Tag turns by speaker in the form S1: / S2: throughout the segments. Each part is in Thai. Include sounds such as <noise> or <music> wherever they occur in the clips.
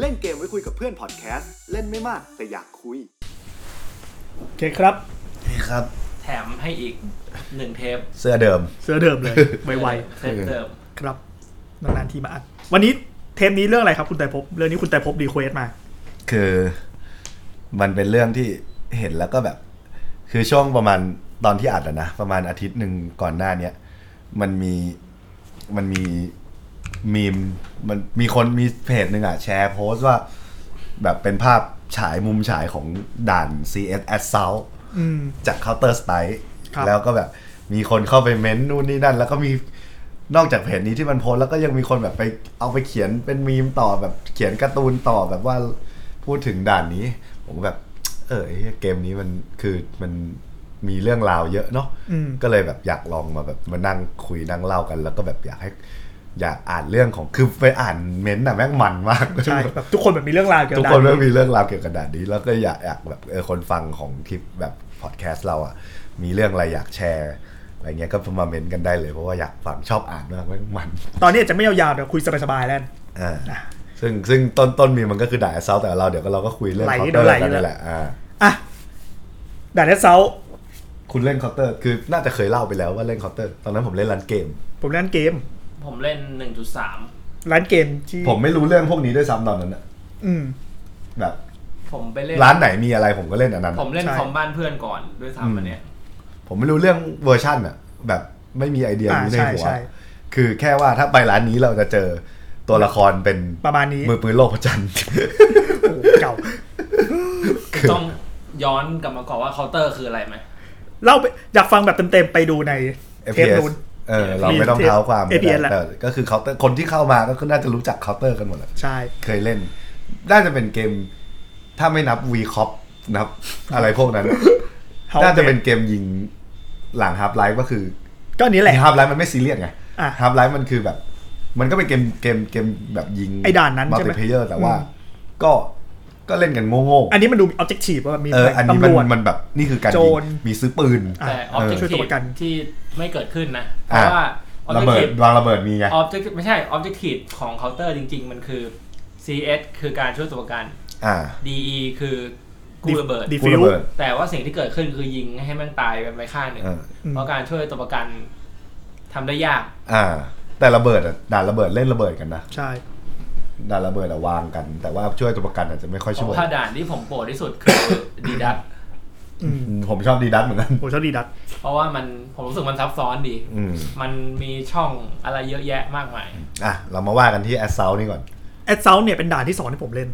S1: เล่นเกมไว้คุยกับเพื่อนพอดแคสต์เล่นไม่มากแต่อยากคุย
S2: โอเคครับ
S3: นี่ครับ
S4: แถมให้อีกหนึ่งเทป
S3: เสื้อเดิม
S2: เสื้อเดิมเลย <laughs> ไว
S4: เทปเดิม
S2: ๆครับนานๆทีมาอัดวันนี้เทปนี้เรื่องอะไรครับคุณแต่ภพบเรื่องนี้คุณแต่ภพบรีเควสต์มา
S3: คือมันเป็นเรื่องที่เห็นแล้วก็แบบ คือช่วงประมาณตอนที่อัดอะนะ ประมาณอาทิตย์หนึ่งก่อนหน้าเนี้ยมันมีมันมีมีมมันมีคนมีเพจหนึ่งอะแชร์โพสต์ว่า แบบเป็นภาพฉายมุมฉายของด่าน CS Assault
S2: อืม
S3: จาก Counter Strike
S2: ครับ
S3: แล้วก็แบบมีคนเข้าไปเม้นต์นู่นนี่นั่น แล้วก็มีนอกจากเพจนี้ที่มันโพสต์แล้วก็ยังมีคนแบบไปเอาไปเขียนเป็นมีมต่อแบบเขียนการ์ตูนต่อแบบว่าพูดถึงด่านนี้ ผมก็แบบ เออไอ้เหี้ยเกมนี้มันคือมันมีเรื่องราวเยอะเนาะ
S2: อืม
S3: ก็เลยแบบอยากลองมาแบบมานั่งคุยนั่งเล่ากัน แล้วก็แบบอยากให้อยากอ่านเรื่องของคือไปอ่านเม้นต์อะแม่งมันมาก
S2: ใช่แบบทุกคนแบบมีเรื่องราวเกี่ยว
S3: ทุ
S2: กั
S3: ก
S2: บ
S3: คน
S2: ด่า
S3: ไม่มีเรื่องราวเกี่ยวกับด่านนี้ แล้วก็อยากอยากแบบเออคนฟังของคลิปแบบพอดแคสต์เราอ่ะ มีเรื่องอะไรอยากแชร์อะไรเงี้ยก็มาเมนต์กันได้เลยเพราะว่าอยากฟังชอบอ่านมากมันมัน
S2: ตอนนี้อาจจะไม่ยาวๆเดี๋ยวคุยสบายๆแล้วกัน
S3: อ่าซึ่งซึ่งต้นต้นมีมันก็คือด่านเซาแต่เราเดี๋ยวก็เราก็คุยเรื่อง
S2: ไหล
S3: เคาน์
S2: เดี๋
S3: เตอ
S2: ยว
S3: ร์
S2: ไหล
S3: กัน
S2: อยู่
S3: นี่
S2: แล้ว
S3: แหละอ่า
S2: อ่ะด่านเอสเซา
S3: คุณเล่นเคาน์เตอร์คือน่าจะเคยเล่าไปแล้วว่าเล่นเคาน์เตอร์ตอนนั้นผมเล่นรันเกม
S2: ผมเล่นเกม
S4: ผมเล่น 1.3
S2: ร้านเกมที่
S3: ผมไม่รู้เรื่องพวกนี้ด้วยซ้ำตอนนั้นอะ
S2: อืม
S3: แบบ
S4: ผมไปเล่น
S3: ร้านไหนมีอะไรผมก็เล่นอันนั้น
S4: ผมเล่น
S2: ใช่
S4: คอมบ้านเพื่อนก่อนด้วยซ้ำอันเนี้ย
S3: ผมไม่รู้เรื่องเวอร์ชั่นอะแบบไม่มีไอเดีย
S2: อ่า
S3: นี้ใน
S2: ใช่
S3: หัว
S2: ใช่
S3: คือแค่ว่าถ้าไปร้านนี้เราจะเจอตัวละครเป็น
S2: ประมาณนี้
S3: มือปืนโลกพระจันทร์
S2: โอ้โหเก่า
S3: คือ
S4: ต้องย้อนกลับมาก่อนว่าเคาน์เตอร์คืออะไรไหม
S2: เล่าไปอยากฟังแบบเต็มๆไปดูในเทป
S3: FPS
S2: นู้น
S3: <laughs> เออเราไม่ต้องเท้าความ
S2: APN แหละ
S3: แต่ก็คือเคาน์เตอร์คนที่เข้ามาก็น่าจะรู้จักเคาน์เตอร์กันหมดแหละ
S2: ใช่
S3: เคยเล่น น่าจะเป็นเกม ถ้าไม่นับ V c o p นับ อะไรพวกนั้น
S2: House
S3: น่าจะเป็นเกมยิงหลัง Half Life ก็คือ
S2: ก็อันนี้แหละ
S3: ฮาร์ปไลฟ์มันไม่ซีเรียสไง
S2: อ่ะ
S3: ฮาร์ปไลฟ์มันคือแบบ มันก็เป็นเกมเกมเกมแบบยิง
S2: ไอ้ด่านนั้น
S3: มัล
S2: ใช่ไหม
S3: ติเพเยอร์แต่ว่า
S2: อืม
S3: ก็ก็เล่นกันโง่
S2: อันนี้มันดูออบเจกตีฟว่าแบบมี
S3: ๆเอออันนี้มั
S2: ตำร
S3: น
S2: วจ
S3: มันแบบนี่คือการ
S2: โจ
S3: ยิ
S2: รง
S3: มีซื้อปืน
S2: อ่ะ
S4: แต่ออบ
S3: เออ
S4: เจก
S2: ช่วย
S4: ตี
S2: ตัวประกัน
S4: ที่ไม่เกิดขึ้นนะ เพ
S3: อ่ะ
S4: ราะว่าออบ
S3: ระ
S4: เจก
S3: เบิ
S4: ตี
S3: ดวางระเบิดมีไง
S4: ออบเจกไม่ใช่ออบเจกตีของเคาน์เตอร์จริง ๆ มันคือ CS คือการช่วยตัวประกัน
S3: อ่า
S4: DE คือกู้ระเบิด
S2: ดี
S3: พู
S2: ฟิ
S3: ระ
S2: ว
S3: เบิด
S4: แต่ว่าสิ่งที่เกิดขึ้นคือยิงให้แมันตายกันไปข้างหนึ่ง
S3: เออ
S4: เพราะการช่วยตัวประกันทำได้ยาก
S3: อ่า แต่ระเบิดอะด่านระเบิดเล่นระเบิดกันนะ
S2: ใช่
S3: ด่านระเบิดอะวางกัน แต่ว่าช่วยตัวประกันอาจจะไม่ค่อยช่วย
S4: ถ้าด่านที่ผมโปรดที่สุดคือ <coughs> ดีดัต
S2: อืม
S3: อืมผมชอบดีดัตเหมือนกัน
S2: โหชอบดีดัต
S4: เพราะว่ามันผมรู้สึกมันซับซ้อนดี
S3: อืม
S4: มันมีช่องอะไรเยอะแยะมากมาย
S3: อ่ะเรามาว่ากันที่แอสเซานี่ก่อน
S2: แอดเซาเนี่ยเป็นด่านที่สองที่ผมเล่น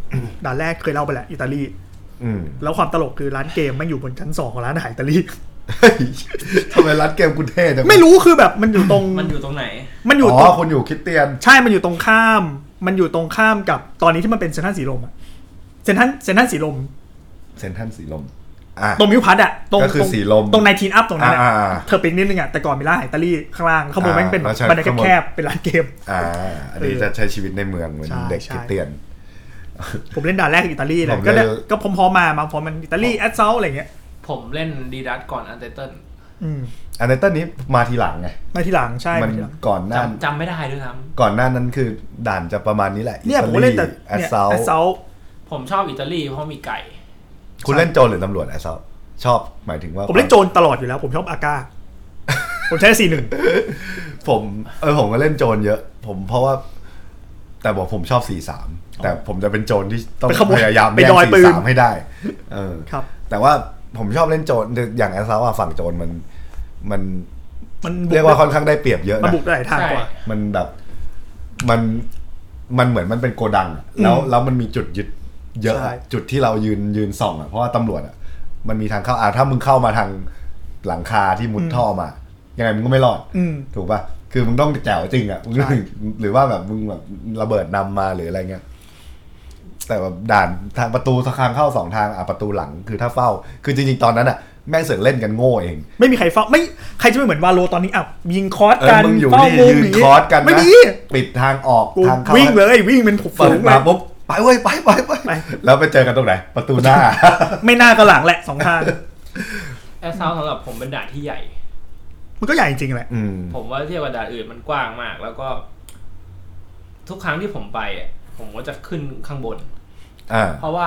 S2: ด่านแรกเคยเล่าไปแหละอิตาลี
S3: อืม
S2: แล้วความตลกคือร้านเกมแมันอยู่บนชั้นสองของร้านอาหารอิตาลี
S3: เฮ้ยทำไมรัดเกมกูเท่จังวะ
S2: ไม่รู้คือแบบมันอยู่
S3: <laughs>
S2: ตรง
S4: มันอยู่ตรงไหน
S2: มันอยู่
S3: อ๋
S2: ตร
S3: อง คนอยู่คริดเตียน
S2: ใช่ มันอยู่ตรงข้าม มันอยู่ตรงข้ามกับตอนนี้ที่มันเป็นเซนทรัลสีลมอะเซนทรัลเซนทรัลสีลม
S3: เซนทรันสีลม อ่ะ
S2: ตรงมิวพัทอะตรง
S3: ก็คือ
S2: ตรง
S3: สีลม
S2: ตรงไนทีนอัพตรงนั้นอะ
S3: อ่าอ่าอ่า
S2: เธอเป็นนิดนึงอะแต่ก่อนมีร้านอาหารอิตาลีข้างล่างข้างบน
S3: อ่า
S2: แม่งเป็น
S3: แล้วใช่
S2: บรรยากา
S3: ข้า
S2: ศ
S3: งบน
S2: แคบเป็นร้านเกม
S3: อ่า อันนี้จะใช้ชีวิตในเมืองเหมือน
S2: ใช่
S3: เด็ก
S2: ใช่
S3: คริดเตียน
S2: ผมเล่นด่านแรกคืออิตาลีเล
S3: ผ
S2: ย
S3: ม
S2: ก็
S3: เล่
S2: เนี่ย
S3: น
S2: ก็พร้อมๆมามาพร้อมมันอิตาลีแอดเซาอะไรเงี้ย
S4: ผมเล่นดีดัตก่อนอันเดอร์เติล
S2: อืม
S3: อันนี้ต้นนี้มาทีหลังไง
S2: มาทีหลังใช่
S3: มั
S2: มาทีหลัง
S3: ก่อนหน้า
S4: จำจำไม่ได้ด้วยซ้
S3: ก่อนหน้านั้นคือด่านจะประมาณนี้แหละ
S2: เนี่ยผมก็เล่นแต่
S3: แอส
S2: เนี่ย
S3: เซา
S2: แอดเซา
S4: ำผมชอบอิตาลีเพราะมีไก่
S3: คุณเล่นโจรหรือตำรวจแอสเซาชอบหมายถึงว่า
S2: ผมเล่นโจรตลอดอยู่แล้ว ผมชอบอาก้า ผมใช้สี่
S3: <laughs>
S2: หนึ่ง
S3: ผมเออผมก็เล่นโจรเยอะ ผมเพราะว่า แต่บอกผมชอบสี่สามแต่ผมจะเป็นโจรที่ต้องพยายามแย่งสี่สามให้ได้ เออ
S2: ครับ
S3: แต่ว่าผมชอบเล่นโจรอย่างแอสเซาอะฝั่งโจรมันมัน
S2: มัน
S3: เรียกว่าค่อนข้างได้เปรียบเยอะ
S2: มัน
S3: นะ
S2: บุกได้หลายทางกว่า
S4: ใช่
S3: มันแบบมันมันเหมือนมันเป็นโกดังอะแล้วแล้วมันมีจุดยึดเยอะ
S2: ใช่
S3: อะจุดที่เรายืนยืนส่องอ่ะเพราะว่าตำรวจอ่ะมันมีทางเข้าอ่ะถ้ามึงเข้ามาทางหลังคาที่มุดท่อมา ยังไงมึงก็ไม่รอด
S2: อืม
S3: ถูกป่ะ คือมึงต้องแจ๋วจริงอ่ะมึง <laughs>
S2: ใช่
S3: หรือว่าแบบมึงแบบระเบิดนำมาหรืออะไรเงี้ย แต่แบบด่านทางประตูทางเข้าสองทางอ่ะประตูหลังคือถ้าเฝ้า คือจริงๆตอนนั้นอ่ะแม่งเสือกเล่นกันโง่เอง
S2: ไม่มีใครเฝ้าไม่ใครจะไม่เหมือนวาโลตอนนี้อ่ะยิงคอร์ส
S3: เอ
S2: กั
S3: อน มึงอยู่
S2: เฝ้า
S3: นี่
S2: วง
S3: ยื
S2: ห
S3: น
S2: นี
S3: คอร์สกัน
S2: ไม่
S3: นะ
S2: มี
S3: ปิดทางออก
S2: กู
S3: ทางเข้า
S2: วิ่งเลยวิ่งเป็น
S3: เปิ
S2: ฝู
S3: ด
S2: งเล
S3: มาย ปุ๊บไปเว้ยไปไปไป
S2: ไป
S3: แล้วไปเจอกันตรงไหน ประตูหน้า
S2: ไม่น่าก็หลังแหละสองทาง
S4: แอสซาวสำหรับผมเป็นด่านที่ใหญ่
S2: มันก็ใหญ่จริงๆแหละ
S3: อืม
S4: ผมว่าเทียบกับด่านอื่นมันกว้างมาก แล้วก็ ทุกครั้งที่ผมไปอะ ผมก็จะขึ้นข้างบน
S3: อ่า
S4: เพราะว่า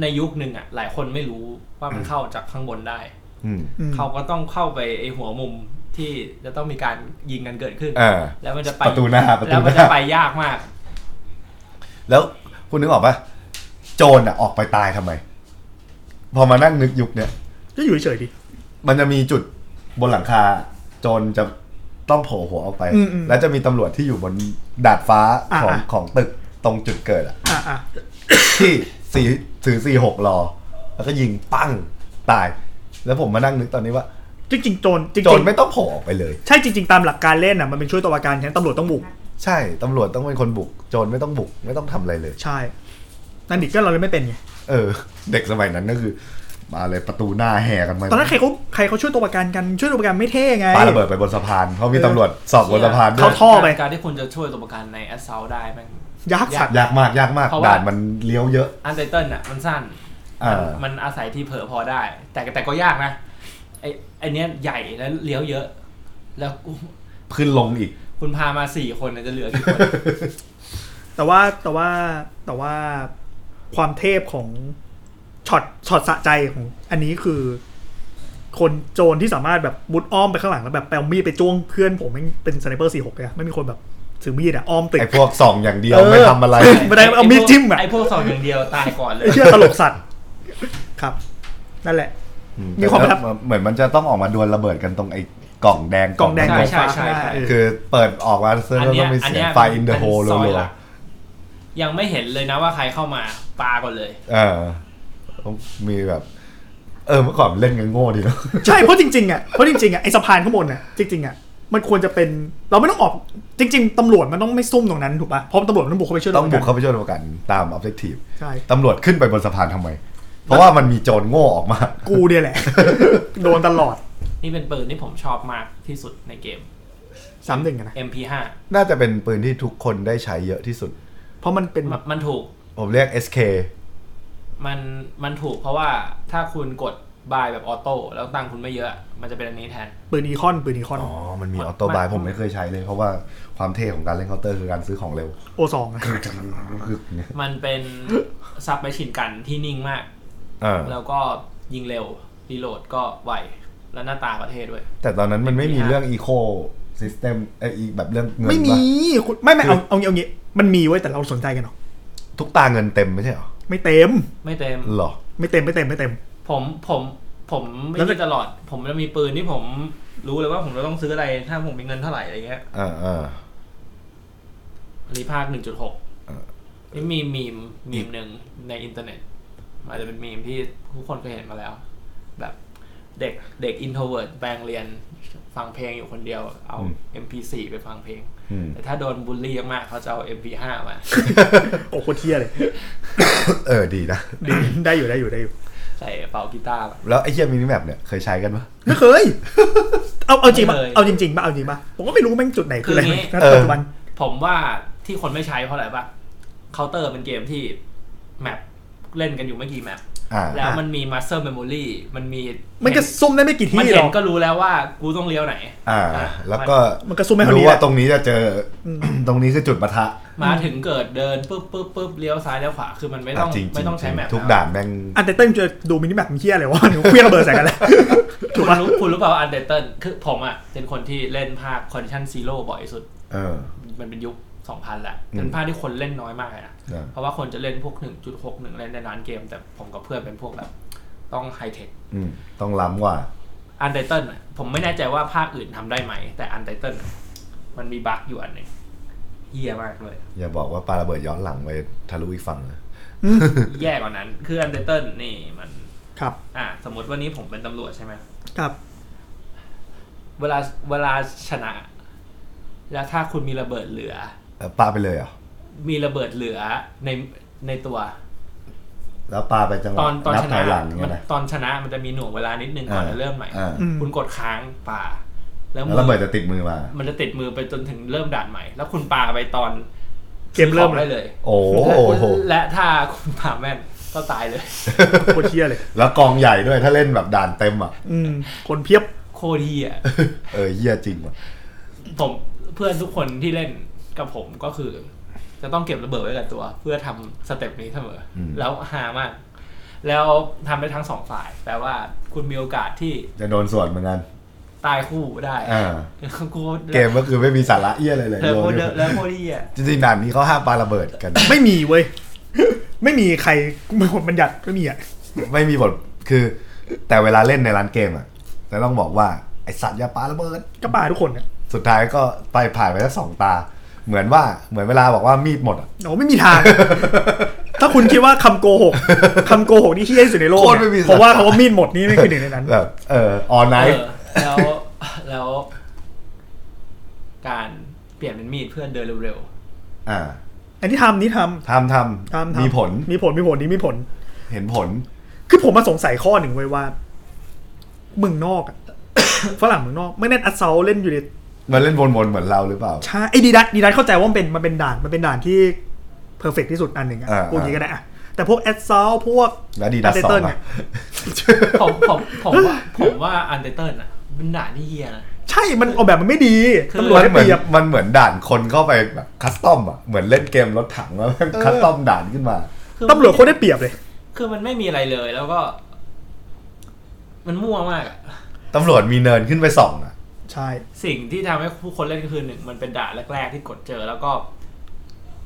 S4: ในยุคหนึ่งอ่ะหลายคนไม่รู้ว่ามันเข้าจากข้างบนได้
S3: อืม
S2: อืม
S4: เขาก็ต้องเข้าไปไอหัวมุมที่จะต้องมีการยิงกันเกิดขึ้น
S3: อ่า
S4: แล้วมันจะไป
S3: ประตูหน้าประตูหน้า
S4: แล้วมันจะไปยากมาก
S3: แล้วคุณนึกออกปะโจรอ่ะออกไปตายทำไม พอมานั่งนึกยุคเนี่ย
S2: ก็อยู่เฉยๆดิ
S3: มันจะมีจุดบนหลังคา โจรจะต้องโผล่หัวออกไป
S2: อืมอืม
S3: แล้วจะมีตำรวจที่อยู่บนดาดฟ้า
S2: อ่า
S3: ของ
S2: อ่า
S3: ของตึกตรงจุดเกิดอ่ะ
S2: อ่ะอ่ะ
S3: ที่สี่ถือสี่หกรอ แล้วก็ยิงปั้งตาย แล้วผมมานั่งนึกตอนนี้ว่า
S2: จริงๆโจรจริง
S3: โจร
S2: ๆ
S3: ไม่ต้องโผล่ออกไปเลย
S2: ใช่จริง ๆ ตามหลักการเล่นอ่ะมันเป็นช่วยตัวประกันฉะนั้นตำรวจต้องบุก
S3: ใช่ ตำรวจต้องเป็นคนบุก โจรไม่ต้องบุก ไม่ต้องทำอะไรเลย
S2: ใช่ นั่นดิก็เราเลยไม่เป็นไง
S3: เออ เด็กสมัยนั้นก็คือ มาเลยประตูหน้าแห่กันมา
S2: ตอนนั้นใครเขาใครเขาช่วยตัวประกันกันช่วยตัวประกันไม่เท่ไง
S3: ปาระเบิดไปบนสะพานเพราะมีตำรวจสอบบนสะพานด้
S2: เขา
S3: วย
S2: ท่อไป
S4: การที่คุณจะช่วยตัวประกันในแอสเซลได้แมัน
S2: ยักษ์สัตว์
S3: ยากมากยากมาก
S4: เพราะว่า
S3: ด่านมันเลี้ยวเยอะ
S4: อันไตเติลอ่ะมันสั้น
S3: อ่ามั
S4: มันอาศัยที่เผลอพอได้ แต่แต่ก็ยากนะ ไอไอเนี้ยใหญ่แล้วเลี้ยวเยอะ แล้ว <laughs> กู
S3: ขึ้นลงอีก
S4: คุณพามาสี่คนน่ะจะเหลือกี่คน
S2: แต่ว่าแต่ว่าแต่ว่าความเทพของช็อตช็อตสะใจของอันนี้คือ คนโจรที่สามารถแบบมุดอ้อมไปข้างหลังแล้วแบบไปเอามีดไปจ้วงเพื่อนผมแม่งเป็นสไนเปอร์สี่หกเลยอะไม่มีคนแบบถือมีดอะอ้อมตึก
S3: ไอ้พวกส่องอย่างเดียว
S2: เออ
S3: ไม่ทำอะไร
S2: ไม่ได้เอามีดจิ้มอะ
S4: ไอพวกสองอย่างเดียวตายก่อนเลย
S2: ไอ้เชื่อตลกสัตว์ครับ นั่นแหละ มีความประทับ
S3: เหมือนมันจะต้องออกมาดวลระเบิดกันตรงไอ้กล่องแดง
S2: กล่องแดง
S3: น้ำ
S2: กล่
S3: เงิ
S2: อนงฟ้า
S4: ใช่ใช่
S2: ข้างหน้า
S4: ใช่
S2: เออ
S3: คือเปิดออกมาเสื้อ
S4: อั
S3: แล้ว
S4: นเนี้
S3: ต้องมี
S4: ยอัน
S3: เสีย
S4: เนี้
S3: ง
S4: ย
S3: ไฟอินเดอะโฮ
S4: ป็
S3: ล
S4: ซอย
S3: รัว
S4: หกยังไม่เห็นเลยนะว่าใครเข้ามาปาก่อนเลย
S3: ๆเออมีแบบ เออเมื่อก่อนเล่นกันโง่ดีเนาะ
S2: ใช่เพราะจริงๆอ่ะเพราะจริงๆอ่ะไอ้สะพานข้างบนอ่ะจริงๆอ่ะมันควรจะเป็นเราไม่ต้องออกจริง ๆตำรวจมันต้องไม่ซุ่มตรงนั้นถูกป่ะเพราะตำรวจมันต้องบุกเข้าไปช่วย
S3: ต้องบุก
S2: เรา
S3: เข้าไปช่วยตัวประกันตามออบเจกตีฟ
S2: ใช่
S3: ตำรวจขึ้นไปบนสะพานทำไม เพราะว่ามันมีโจรโง่ออกมา
S2: กูเนี่ยแหละ โดนตลอด
S4: นี่เป็นปืนที่ผมชอบมากที่สุดในเกม
S2: สามหนึ่งอะนะ
S4: MP5
S3: น่าจะเป็นปืนที่ทุกคนได้ใช้เยอะที่สุด
S2: เพราะมันเป็นแบ
S4: มัน
S2: บ
S4: มันถูก
S3: ผมเรียก SK
S4: มันมันถูกเพราะว่าถ้าคุณกดบายแบบออโต้แล้วตังค์คุณไม่เยอะ มันจะเป็นอันนี้แทน
S2: ปืนอีคอนปืนอีคอน
S3: อ๋อ มันมีออโต้บายผมไม่เคยใช้เลย เพราะว่าความเท่ของการเล่นเคาน์เตอร์คือการซื้อของเร็ว
S2: โอสองอะ
S4: มันเป็น
S2: <laughs>
S4: ซับไปชินกันที่นิ่งมาก
S3: เออ
S4: แล้วก็ยิงเร็วรีโหลดก็ไว แล้วหน้าตาประเทศด้วย
S3: แต่ตอนนั้นมันไม่มี
S4: ไม่มี
S3: เรื่องอีโค y ิสเต็มเอยอีแบบเรื่องเงิน
S2: ไม่มี
S3: ปะ
S2: คุณไม่ไม่เอาเอางี้เอางี้มันมีไว้ยแต่เราสนใจกันเหรอ
S3: ทุกตาเงินเต็มไม่ใช่เหรอ
S2: ไม่เต็ม
S4: ไม่เต็ม
S3: หรอ
S2: ไม่เต็มไม่เต็มไม่เต็ม
S4: ผมผมผมไม่
S2: แล้วแต่
S4: ได้ตลอด ผมจะมีปืนที่ผมรู้เลยว่าผมจะต้องซื้ออะไร ถ้าผมมีเงินเท่าไหร่อะไรเงี้ย
S3: เออเออ
S4: รีพากหนึ่งจุดหก
S3: เออ
S4: นี่มีมีมมีมหนึ่งในอินเทอร์เน็ตมันจะเป็นมีมที่ทุกคนเคยเห็นมาแล้ว แบบเด็กเด็กอินโทรเวิร์ดแปลงเรียนฟังเพลงอยู่คนเดียวเอา MP4 ไปฟังเพลง
S3: อืม
S4: แต่ถ้าโดนบูลลี่มากๆเขาจะเอา MP5 มา
S2: โอ้โคตรเทียเลย <coughs>
S3: เออดีนะ
S2: ดีได้อยู่ได้อยู่ได้อยู่
S4: ใส่กระเป่ากีตาร์มา
S3: แล้วไอ้เฮียมินิแมปเนี่ยเคยใช้กันปะ
S2: ไม่เคย เอาเอาจริงปะ
S4: ไม่เคย
S2: เอาจริงๆปะเอาจริงปะผมก็ไม่รู้แม่งจุดไหนคืออะไร
S4: คืองี้
S2: นะปัจจุบัน
S4: ผมว่าที่คนไม่ใช้เพราะอะไรปะเคาน์เตอร์เป็นเกมที่แมปเล่นกันอยู่ไม่กี่แมป
S3: อ่า
S4: แล้วมันมีมาสเตอร์เมมโมรีมันมี
S2: มันก็ซุ่มได้ไม่กี่
S4: มัน
S2: ที่หร
S4: เห็
S2: อน ก
S4: ก็รู้แล้วว่ากูต้องเลี้ยวไหน
S3: อ่า
S4: อ่ะ
S3: แล้วก็
S2: มันก็สู้ไม่เท่านี้
S3: รู้
S2: แหละ
S3: ว่าตรงนี้จะเจออตรงนี้คือจุดปะทะ
S4: มาถึงเกิดเดินปุ๊บปุ๊บปุ๊บเลี้ยวซ้ายเลี้ยวขวาคือมันไม่ต้อง
S3: ะจริๆ
S4: ไม่ต้องใช้แมป
S3: ทุก
S4: แล้ว
S3: ด่านแม่ง
S2: อันเตเติ้ลจะดูมินิแมปเฮียอะไรวะหนูเครื่องระเบิดใส่กันแล้ว ถู
S4: คุ
S2: ก
S4: ณ
S2: ปะ
S4: รู้คุณรู้เปล่าอันเดอร์เติลคือผมอ่ะเป็นคนที่เล่นภาคคอนดิชันซีโร่บ่อยสุด
S3: เออ
S4: มันเป็นยุค 2000แหละ
S3: อืม
S4: เป็นภาคที่คนเล่นน้อยมากเลยนะ
S3: อ่า
S4: เพราะว่าคนจะเล่นพวก 1.6 1 เล่นในร้านเกม แต่ผมกับเพื่อนเป็นพวกแบบ ต้องไฮเทค
S3: อืมต้องล้ำกว่า
S4: อันไตเติลผมไม่แน่ใจว่าภาคอื่นทำได้ไหม แต่อันไตเติลมันมีบั๊กอยู่อันหนึ่งเฮี้ยมากเลย
S3: อย่าบอกว่าปาระเบิดย้อนหลังไปทะลุอีกฝั่งนะ
S4: แย่กว่านั้น คืออันไตเติลนี่มัน
S2: ครับ
S4: อ่ะสมมติวันนี้ผมเป็นตำรวจใช่ไหม
S2: ครับ
S4: เวลาเวลาชนะ แล้วถ้าคุณมีระเบิดเหลือ
S3: เออปาไปเลยเหรอ
S4: มีระเบิดเหลือในในตัว
S3: แล้วปาไปจังหวะ
S4: ตอนตอน
S3: นั
S4: ช
S3: บ
S4: นะ
S3: ถอยหลังอย่าง
S4: มั
S3: เงี้
S4: น
S3: ยนะ
S4: ตอนชนะมันจะมีหน่วงเวลานิดนึงก่อนจะเริ่มใหม่
S3: อ่า
S2: อืม
S4: คุณกดค้างป่า แล้วมื
S3: แล้วระเบิดจะติดมือมา
S4: มันจะติดมือไปจนถึงเริ่มด่านใหม่ แล้วคุณปาไปตอน
S2: เกมเริ่ม
S4: ของได้เลย
S3: โอ้โห
S4: และถ้าคุณปาแม่นก็ตายเลย
S2: โคตรเทียเลย
S3: แล้วกองใหญ่ด้วยถ้าเล่นแบบด่านเต็มอ่ะ <laughs>
S2: อืมคนเพียบ
S4: โคตรเฮีย
S3: เออเยี่ยจริงว่ะ
S4: ผมเพื่อนทุกคนที่เล่นกับผมก็คือ จะต้องเก็บระเบิดไว้กับตัว เพื่อทำสเต็ปนี้เสมออ
S3: ม
S4: แล้วหามาก แล้วทำได้ทั้งสองฝ่าย แปลว่าคุณมีโอกาสที่
S3: จะโดนส่วนเหมือนกัน
S4: ตายคู่ได้
S3: อ่า
S4: กู
S3: เกมก็คือไม่มีสาระเอี้ยอะไรเลย
S4: แล้วโคตร
S3: โยน
S4: เดอะแล้วโคตรดีอ่ะ
S3: จริงๆด่านนี้เขาห้ามปาระเบิดกัน <laughs>
S2: ไม่มีเว้ย <laughs> ไม่มีใครมาคนบัญญัติไม่มีอ่ะ
S3: ไม่มีบทคือ แต่เวลาเล่นในร้านเกมอ่ะจะต้องบอกว่าไอสัตว์อย่าปาระเบิด
S2: ก็ปาทุกคนเนี่ย
S3: สุดท้ายก็ไปผ่านไปแล้วสองตา เหมือนว่าเหมือนเวลาบอกว่ามีดหมดอ่ะ
S2: โอ้ไม่มี
S3: <laughs>
S2: ทาง ถ้าคุณคิดว่าคำโกหกคำโกหกนี่เฮี้ยที่สุดในโลกเนี่ยเพราะว่าเขาว่ามีดหมดนี่ไม่คือหนึ่งในนั้น
S3: <laughs> แบบเออออนไล
S4: เอ
S3: น์
S4: อแล้วแล้ว การเปลี่ยนเป็นมีดเพื่อนเดินเร็ว
S3: อ่า
S2: อันนี้ทำนี่ทำ
S3: ทำท
S2: ทำทำ
S3: ำมีผล
S2: มีผลมีผลนี่มีผล
S3: เห็นผล
S2: คือผมมาสงสัยข้อหนึ่งไว้ยว่าเมืองนอกอะ <coughs> ฝรั่งเมืองนอก ไม่เล่นอัสเซลเล่นอยู่ใน
S3: มันเล่นวนๆเหมือนเราหรือเปล่า
S2: ใช่ไอ้ดีดัตดีดัตเข้าใจว่ามันเป็นมันเป็นด่านมันเป็นด่านที่เพอร์เฟกที่สุดอันหนึ่งอะ
S3: อ่า
S2: พวกนี้ก็ได้อะแต่พวกแอสเซลพวก
S3: แล้วดีดัสสอ
S2: Undertale
S3: ง
S2: เนี่
S3: อ่ะ
S2: ย
S4: ๆผมผมผมว่าผมว่าอันเดอร์เติลอ่ะเป็นด่านที่เฮียนะ
S2: ใช่มันออกแบบมันไม่ดี
S4: คือ
S2: ตำรวจ
S3: มัน
S2: ได้
S3: เห
S2: เป
S3: มือน
S2: รียบ
S3: มันเหมือนด่านคนเข้าไปแบบคัสตอมอ่ะเหมือนเล่นเกมรถถังแล้วแม่งคัสตอมด่านขึ้นมา
S4: คือ
S2: ตำรวจโคตรได้เปรียบเลย
S4: คือมันไม่มีอะไรเลยแล้วก็ มันมั่วมากอะ
S3: ตำรวจมีเนินขึ้นไปส่องอ่ะ
S2: ใช่
S4: สิ่งที่ทำให้ผู้คนเล่นก็คือหนึ่งมันเป็นด่านแรก ๆ ที่กดเจอแล้วก็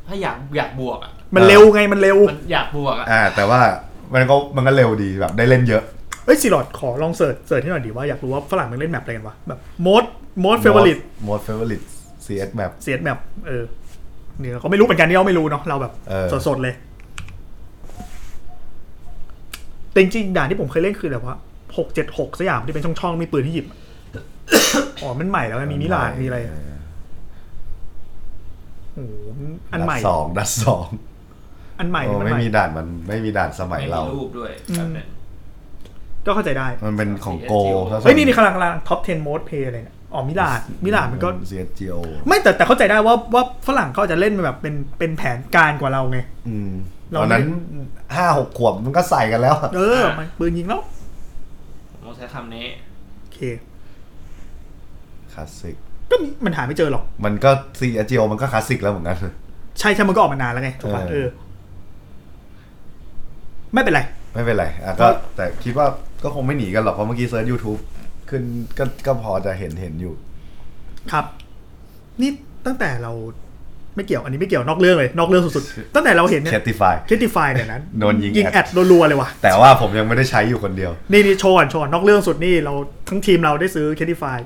S4: ถ้าอยากอยากบวกอะ
S2: มัน
S3: อ่า
S2: เร็วไงมันเร็ว
S4: มันอยากบวกอะ
S3: อ่า แต่ว่ามันก็มันก็เร็วดีแบบได้เล่นเยอะ
S2: เอ้ยสิหลอดขอลองเสิร์ชเสิร์ชให้หน่อยดีว่าอยากรู้ว่าฝรั่งมันเล่นแมปอะไรกันวะแบบโมดโมดเฟเวอร์ลิต
S3: most favorite CS map
S2: เสียดแมปเออเนี่ยเขาไม่รู้เหมือนกันนี่เราไม่รู้เนาะเราแบบ
S3: เออ
S2: สดๆเลยแต่จริงๆด่านที่ผมเคยเล่นคือแบบว่าหกเจ็ดหกสกอยามที่เป็นช่องๆมีปืนที่หยิบ <coughs> อ๋อมันใหม่แล้วมันมีมิลานมีอะไรโอ้โหอันใหม่
S3: ดัดสองดัดสอง
S2: อันใหม่
S3: โอ้
S2: มัน
S3: ไม่
S2: ใหม่
S3: มีด่านมันไม่มีด่านสมัย
S4: ไม่
S3: เรา
S4: มีรูปด้วยแบบนั้น
S2: ก็เข้าใจได้
S3: มันเป็นของโก
S4: CSGO
S3: ถ้าสม
S2: เฮ้ยนี่นี่กำลังกำลังท็อป10 most play อะไรเนี่ยอ๋อมิลานมิลานมันก็
S3: เออ CSGO
S2: ไม่แต่แต่เข้าใจได้ว่าว่าฝรั่งเขาอาจจะเล่นแบบเป็นเป็นแผนการกว่าเราไง
S3: อืม
S2: เรา
S3: ตอนนั้นห้าหกขวบมันก็ใส่กันแล้วอะ
S2: เออมันปืนยิงแล้ว
S4: ผมต้องใช้คำนี้
S2: โอเค
S3: คลาสสิก
S2: ก็มันหาไม่เจอหรอก
S3: มันก็ CSGO มันก็คลาสสิกแล้วเหมือนกัน
S2: ใช่ใช่มันก็ออกมานานแล้วไงถูกปะ
S3: เออ
S2: เออ ไม่เป็นไร
S3: ไม่เป็นไรอ่ะก็แต่คิดว่าก็คงไม่หนีกันหรอก เพราะเมื่อกี้เซิร์ช YouTube ขึ้นก็ก็พอจะเห็นเห็นอยู่
S2: ครับ นี่ตั้งแต่เราไม่เกี่ยว อันนี้ไม่เกี่ยวนอกเรื่องเลย นอกเรื่องสุดๆ ตั้งแต่เราเห็นเนี่ย
S3: Catify
S2: เคติฟายเนี่ยนั้น
S3: โดนยิง
S2: ยิง
S3: แอด
S2: แอดรัวๆเลยว่ะ
S3: แต่ว่าผมยังไม่ได้ใช้อยู่คนเดียว
S2: นี่นี่โชว์ก่อนโชว์ก่อนนอกเรื่องสุดนี่เราทั้งทีมเราได้ซื้อเคติฟาย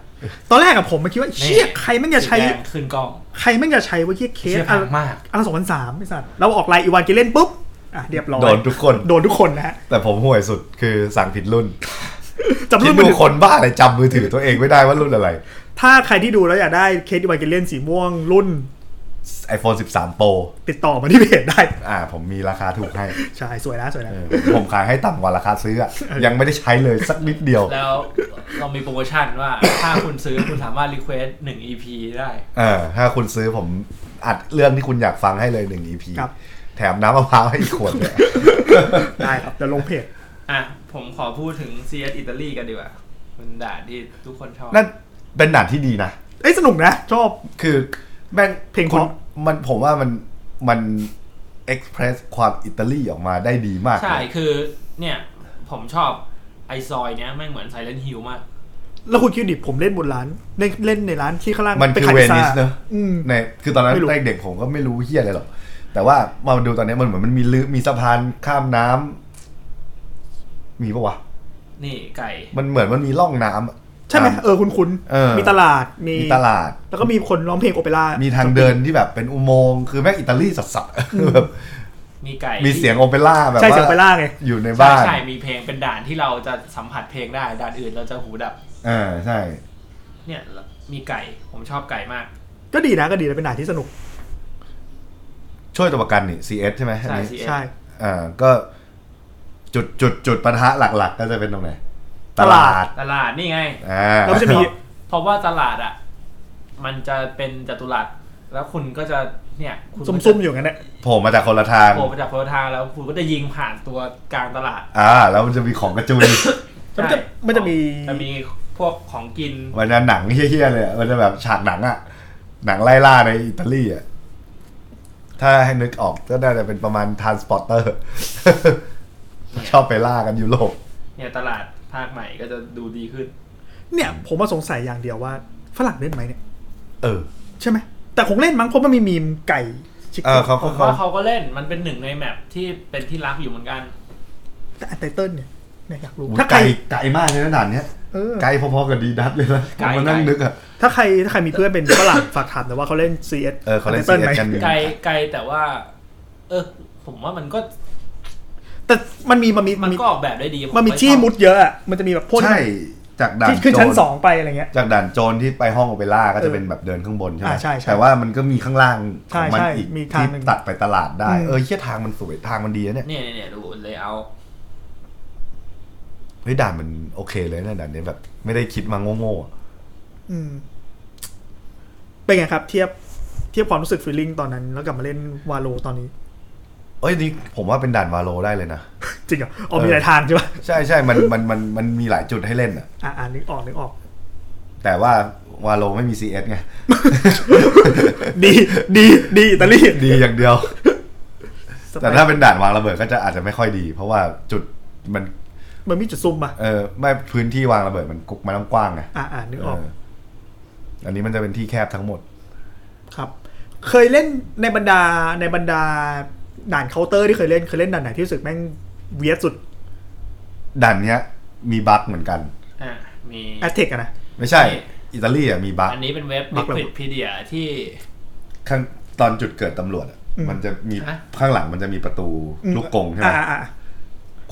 S2: ตอนแรกกับผมมาคิดว่าเชี่ยใครแม่งจะใช้
S4: สีแดงขึ้นกล้อง
S2: ใครแม่งจะใช้ว่าเชี่ยเคส
S4: เชี่ยแพงมาก
S2: อันละสองพันสามไอ้สัตว์เราออกไลน์อีวานเกเลนปุ๊บ อ่ะเรียบร้อย
S3: โดนทุกคน
S2: โดนทุกคนนะฮะ
S3: แต่ผมห่วยสุดคือสั่งผิดรุ่น
S2: จำ
S3: คิด
S2: รุ่น
S3: ดู
S2: มือถือ
S3: คนบ้าอะไรจำมือถือตัวเองไม่ได้ว่ารุ่นอะไร
S2: ถ้าใครที่ดูแล้วอยากได้เคสอีวานเกเลียนสีม่วงรุ่น
S3: iPhone 13 Pro
S2: ติดต่อมาที่เพจได้
S3: อ่า ผมมีราคาถูกให้
S2: ใช่ สวยนะสวยนะ
S3: เออผมขายให้ต่ำกว่าราคาซื้ออะยังไม่ได้ใช้เลยสักนิดเดียว
S4: แล้วเรามีโปรโมชั่นว่า ถ้าคุณซื้อคุณสามารถรีเควสหนึ่ง EP ได้
S3: เออถ้าคุณซื้อผมอัดเรื่องที่คุณอยากฟังให้เลยหนึ่ง EP
S2: ครับ
S3: แถมน้ำมะพร้าวให้อีกขวดเลย
S2: ได้ครับเดี๋ยวลงเพจ
S4: อ่ะ ผมขอพูดถึง CS อิตาลีกันดีกว่าเป็นด่านที่ทุกคนชอบ
S3: นั่นเป็นหนังที่ดีนะ
S2: เอ้ย สนุกนะ ชอบ
S3: คือแม่ง
S2: เพลงเพ
S3: คุ
S2: ราะ
S3: ณมันผมว่ามันมันเอ็กเพรสความอิตาลีออกมาได้ดีมาก
S4: ใช่
S3: เลย
S4: คือเนี่ยผมชอบไอซอยเนี้ยแม่งเหมือนไซเลนฮิลมาก
S2: แล้วคุณคิดดิผมเล่นบนร้าน เล่นเล่นในร้านที่ข้างล่าง
S3: มัน
S2: ไป
S3: คือ
S2: ขาย
S3: เว
S2: พิซซ่า
S3: นิสเนอะ
S2: อืม
S3: ในคือตอนนั้น
S2: ไม่รู้
S3: เด็กๆผมก็ไม่รู้เฮียอะไรหรอก แต่ว่ามาดูตอนนี้มันเหมือนมันมีลือมีสะพานข้ามน้ำมีปะวะ
S4: นี่ไก่
S3: มันเหมือนมันมีร่องน้ำอะ
S2: ใช่ไหมเออ คุณคุณ
S3: เออ
S2: มีตลาด มี
S3: มีตลาด
S2: แล้วก็มีคนร้องเพลงโอเปร่า
S3: มี
S2: มี
S3: ทางเดินที่แบบเป็นอุโมงค์คือแม่งอิตาลีสัสๆแบบ
S4: มีไก่
S3: มีเสียงโอเปร่าแบบ
S2: ใช่
S3: ว่า
S2: เสียงโอเปร่าไง
S3: อยู่ใน
S4: ใช่
S3: บ้าน
S4: ใช่มีเพลงเป็นด่านที่เราจะสัมผัสเพลงได้ ด่านอื่นเราจะหูดับ
S3: อ่าใช่
S4: เนี่ยมีไก่ผมชอบไก่มาก
S2: ก็ดีนะก็ดีนะเป็นหนังที่สนุก
S3: ช่วยตัวประกันนี่ CS ใช่ไหมอัน
S4: ใช่
S3: นี้
S4: CS
S2: ใช่
S3: อ่าก็จุดจุดจุดปะทะหลัก ๆ ก็จะเป็นตรงไหน
S2: ตลาด
S4: ตลาดนี่ไง
S3: อ่า
S2: แล้วมันจะมี
S4: เพราะว่าตลาดอ่ะ มันจะเป็นจัตุรัส แล้วคุณก็จะเนี่ยคุณก็จะ
S2: ซุ่มๆอยู่งั้นแหละ
S3: โผล่มาจากคนละทาง
S4: โผล่มาจากคนละทางแล้วคุณก็จะยิงผ่านตัวกลางตลาด
S3: อ่า แล้วมันจะมีของกระจุย
S2: แล้วมันจะ
S4: ใช่
S2: มันจะมี
S4: จะมีพวกของกิน
S3: มันจะหนังเฮี้ยๆเลยอะมันจะแบบฉากหนังอ่ะ หนังไล่ล่าในอิตาลีอ่ะ ถ้าให้นึกออกก็น่าจะเป็นประมาณทานสปอร์เตอร์ <laughs> ชอบไปล่ากันยุโรป
S4: เนี่ยตลาดภาคใหม่ก็จะดูดีขึ้น
S2: เนี่ย ผมมาสงสัยอย่างเดียวว่าฝรั่งเล่นไหมเนี่ย
S3: เออ
S2: ใช่ไหมแต่คงเล่นมั้งเพราะมันมีมีมไก่ชิค
S3: เอ
S2: กี้
S3: อเขา
S4: ผ
S3: เขาเขา
S4: มว่าเขาก็เล่นมันเป็นหนึ่งในแมปที่เป็นที่รักอยู่เหมือนกัน
S2: แต่อันไตเติ้ลเนี่ยเนี่ยอยากรู้
S3: อุ๊ย
S2: ถ้าใคร
S3: ไก่ไก่มากเลยนะด่านเนี้ย
S2: เออ
S3: ไก่พอๆกับดีดัตเลยนะผ
S4: ไกล
S3: มมานั่ง
S4: ไกล
S3: นึกอะ
S2: ถ้าใครถ้าใครมีเพื่อนเป็นฝรั่ง ฝากถามแต่อยว่าเขาเล่น CS
S3: เออเขาเล่น
S2: ไตติ้ไหม
S3: CS กัน
S4: ไกลไกลแต่ว่า เออ ผมว่ามันก็
S2: แต่มันมีมันมีมั
S4: มั
S2: น นมี
S4: ก็ออกแบบได้ดีผ
S2: มันมี
S4: ก็ชอบ
S2: จี้มุดเยอะอะมันจะมีแบบพ่น
S3: ใช่จากด่าน
S2: ที่ขึ้นชั้น
S3: โจร
S2: สองไปอะไรเงี้ย
S3: จากด่านโจรที่ไปห้องโอเปร่าก็
S2: เอ
S3: จะ
S2: อ
S3: เป็นแบบเดินข้างบนใช่ไหม
S2: อ่าใช่ใช่
S3: แต่ว่ามันก็มีข้างล่างของมั
S2: ใช่ใช่
S3: อีก
S2: มีทาง
S3: ที่
S2: หนึ่ง
S3: ตัดไปตลาดได้
S2: อืม
S3: เออเชี่ยทางมันสวยทางมันดีนะเนี่ย
S4: เนี่ยเนี่ยเนี่ยดูเลยเอา
S3: เฮ้ยด่านมันโอเคเลยนะด่านเนี้ยแบบ ไม่ได้คิดมาโง่ๆอะ
S2: อืมเป็นไงครับ เทียบเทียบความรู้สึกฟีลลิ่งตอนนั้น แล้วกลับมาเล่นวาโลตอนนี้
S3: เอ้ยนี่ผมว่าเป็นด่านวาโลได้เลยนะ
S2: จริงเหรออ๋อ
S3: เออ
S2: มีหลายทางใช่ปะ
S3: ใช่ใช่มันมันมันมันมีหลายจุดให้เล่นอะ
S2: อ่ะอ่านึกออกนึกออก
S3: <laughs> แต่ว่าวาโลไม่มี CS ไง
S2: ดีดีดีอิตาลี
S3: ดีอย่างเดียว
S2: สเป
S3: แต่
S2: น
S3: ถ้าเป็นด่านวางระเบิดก็จะอาจจะไม่ค่อยดี เพราะว่าจุดมัน
S2: มันมีจุดซุ่มป่ะ
S3: เออไม่พื้นที่วางระเบิดมันกุกมันต้องกว้างไง
S2: อ่าอ่านึก
S3: เอ
S2: ออก
S3: ออันนี้มันจะเป็นที่แคบทั้งหมด
S2: ครับ เคยเล่นในบรรดาในบรรดาด่านเคาน์เตอร์ที่เคยเล่นเคยเล่นด่านไหนที่รู้สึกแม่งเวียดสุด
S3: ด่านเนี้ย มีบั๊กเหมือนกัน
S4: อ่ะมี
S2: แอตเทกอะนะ
S3: ไม่ใช่ อิตาลีอ่ะมีบั๊ก
S4: อันนี้เป็นเว็บ
S2: บัก
S4: Liquidpedia
S2: ระเบิด
S4: ที่
S3: ข้างตอนจุดเกิดตำรวจอ่ะ
S2: อืม
S3: มันจะมี
S4: ฮะ
S3: ข้างหลังมันจะมีประตูลูกกงใช่ไหม
S2: อ่าอ่า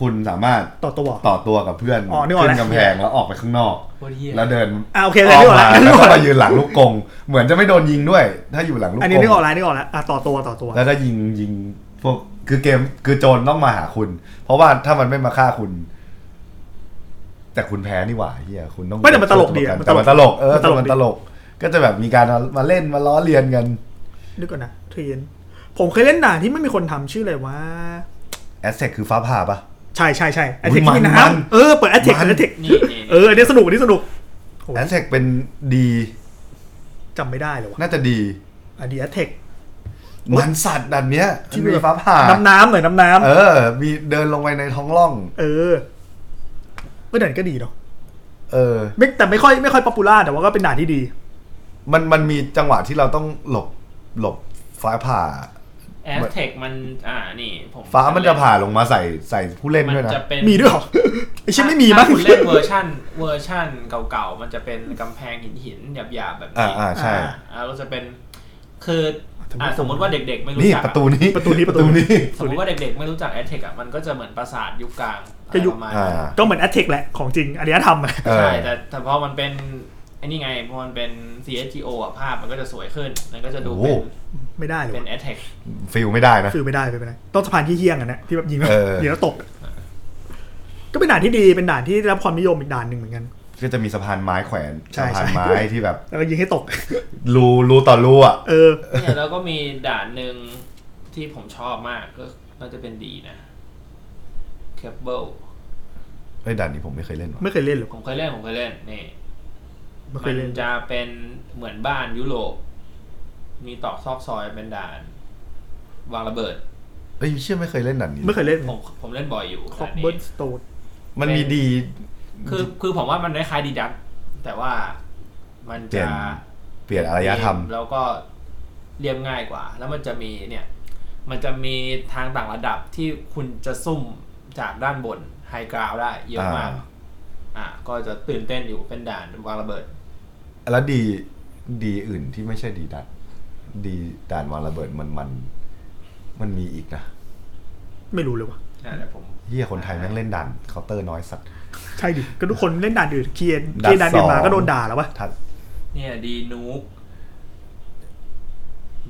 S3: คุณสามารถ
S2: ต่อตัว
S3: ต่อตัวกับเพื่อน
S2: อ๋อนึกออก
S3: ขึ้
S2: แล้ว
S3: นกำแพงแล้วออกไปข้างนอก
S4: โคตรเฮีย
S3: แล้วเดิน
S2: อ่าโอเคแต่นึกออก
S3: มา
S2: แล้วนึ
S3: แล้
S2: ก
S3: ว
S2: ออ
S3: ก็
S2: กแล้
S3: มาว ยืนหลังลูกกง เหมือนจะไม่โดนยิงด้วย ถ้าอยู่หลังลูกกง
S2: อันนี้นึกออกแล้วนึกออกแล้วอ่ะต่อตัวต่อตัว
S3: แล้วถ้ายิงยิงพวกคือเกมคือโจรต้องมาหาคุณ เพราะว่าถ้ามันไม่มาฆ่าคุณ แต่คุณแพ้นี่หว่าเฮียคุณต้อง
S2: ไม่แต่มันตลกดีอะ
S3: แต่มันตลกเออแต่มัน
S2: ดี
S3: ตลก ก็จะแบบมีการเอามาเล่นมาล้อเลียนกัน
S2: นึกก่อนนะเทรนผมเคยเล่นด่านที่ไม่มีคนทำชื่ออะไรวะ
S3: แอสเซคคือฟ้าผ่าปะ
S2: ใช่ใช่ใช่แอต
S3: อุ๊
S2: เท
S3: ย
S2: ก
S3: มัน
S2: ที่
S3: มัน
S2: น้ำเออเปิดแอตเทก
S3: มัน
S2: แอตเทก
S4: นี่นี่
S2: เอออันนี้สนุกอันนี้สนุกโอ้
S3: แอย สเซคเป็นดี
S2: จำไม่ได้เลยวะ
S3: น่าจะดี
S2: อันนี้แอตเทก
S3: มันสัตว์ดันเนี้ย
S2: ที่
S3: ที่
S2: มี
S3: มีฟ้าผ่า
S2: น้ำน้ำหน่อยน้ำน้ำ
S3: เออ มีเดินลงไปในท้องร่อง
S2: เออเออด่านก็ดีเนาะ
S3: เออ
S2: ไม่แต่ไม่ค่อยไม่ค่อยป๊อปปูล่าแต่ว่าก็เป็นด่านที่ดี
S3: มันมันมีจังหวะที่เราต้องหลบหลบฟ้าผ่า
S4: แอสเทคมันอ่านี่ผม
S3: ฟ้ามันจะผ่าลงมาใส่ใส่ผู้เล่น
S4: มัน
S3: ด้วยนะ
S4: จะเป็น
S2: มีด้วยเหรอไอชินไม่มี
S4: ถ้า
S2: มั้ง
S4: คุณเล่นเวอร์ชันเวอร์ชันเก่าๆ มันจะเป็นกำแพงหินหินๆหยาบๆแบบ
S3: อ่า
S4: นี้
S3: อ่าใช่
S4: อ่าเราจะเป็นคืออ่าสมมติว่าเด็กๆไม่รู้
S3: นี่
S4: จัก
S3: ป
S4: อ่ะ
S3: ระตูนี้
S2: ประตูนี้
S3: ประตูนี้
S4: สมมติว่าเด็กๆไม่รู้จักแอดเทคอ่ะมันก็จะเหมือนปราสาทยุคกลางอะไร
S2: ก็ยุค
S4: ประมาณ
S3: อ่า
S4: นั้น
S2: ก็เหมือนแอตเทกแหละของจริงอันนี้ทำอะ
S3: เออ
S4: ใช่แต่แต่พอมันเป็นไอ้นี่ไงพอมันเป็น CSGO อ่ะภาพมันก็จะสวยขึ้น มันก็จะดูเป็น
S3: โอ้
S2: ไม่ได้เลย
S4: เป็
S2: วะ
S4: นแอดเทค
S3: ฟิลไม่ได้นะ
S2: ฟิลไม่ได้ไม่เป็นไรต้องสะพานที่เฮี้ยงอะนะที่แบบยิงแล้ว
S3: เออ
S2: ยิงแล้วตก ก็เป็นด่านที่ดีเป็นด่านที่ได้รับความนิยมอีกด่านหนึ่งเหมือนกัน
S3: ก็จะมีสะพานไม้แขวน
S2: ใช่
S3: สะพานไม้
S2: ใช่
S3: ที่แบบ
S2: แล้วก็ยิงให้ตก
S3: รูรูต่อรูอ่ะ
S2: เออ
S4: เนี่ยแล้วก็มีด่านหนึ่งที่ผมชอบมากก็น่าจะเป็นดีนะเคเบิล
S3: เอ้ยด่านนี้ผมไม่เคยเล่นว่ะ
S2: ไม่เคยเล่นหรอก
S4: ผมเคยเล่นผมเคยเล่นนี่
S2: ไม่เค
S4: มั
S2: ยเล่น
S4: นจะเป็นเหมือนบ้านยุโรปมีตอกซอกซอยเป็นด่าน วางระเบิด
S3: เอ้ยเชื่อไม่เคยเล่นด่านนี้
S2: ไม่เคยเล่น
S4: ผมผมเล่นบ่อยอยู่
S2: คอก
S4: ขนาดนี้
S2: เบิร์นสโตน
S3: มันมีดี
S4: คือคือผมว่ามันคล้ายดีดักแต่ว่ามัน
S3: เปลี่ย
S4: จะ
S3: น เปลี่ยนอารยธรรม
S4: แล้วก็เรียบง่ายกว่า แล้วมันจะมีเนี่ย มันจะมีทางต่างระดับที่คุณจะซุ่มจากด้านบนไฮกราวได้เยอะมาก
S3: อ่า
S4: อ่ะก็จะตื่นเต้นอยู่เป็นด่านวางระเบิด
S3: แล้วดีดีอื่นที่ไม่ใช่ดีดัดดีด่านวางระเบิดมันมัน มันมีอีกนะ
S2: ไม่รู้เลยว่ะ
S4: นะแต่ผม
S3: เฮียคนไทยแม่งเล่นด่านเคาน์เตอร์น้อยสัตว์
S2: ใช่ดิก็ทุกคนเล่นด่านอื่นเคียน
S3: ด่าน
S2: เคียนด่านเดียวมา
S3: สอง
S2: ก็โดนด่าแล้ววะ
S3: ทัด
S4: เนี่ยดีนูก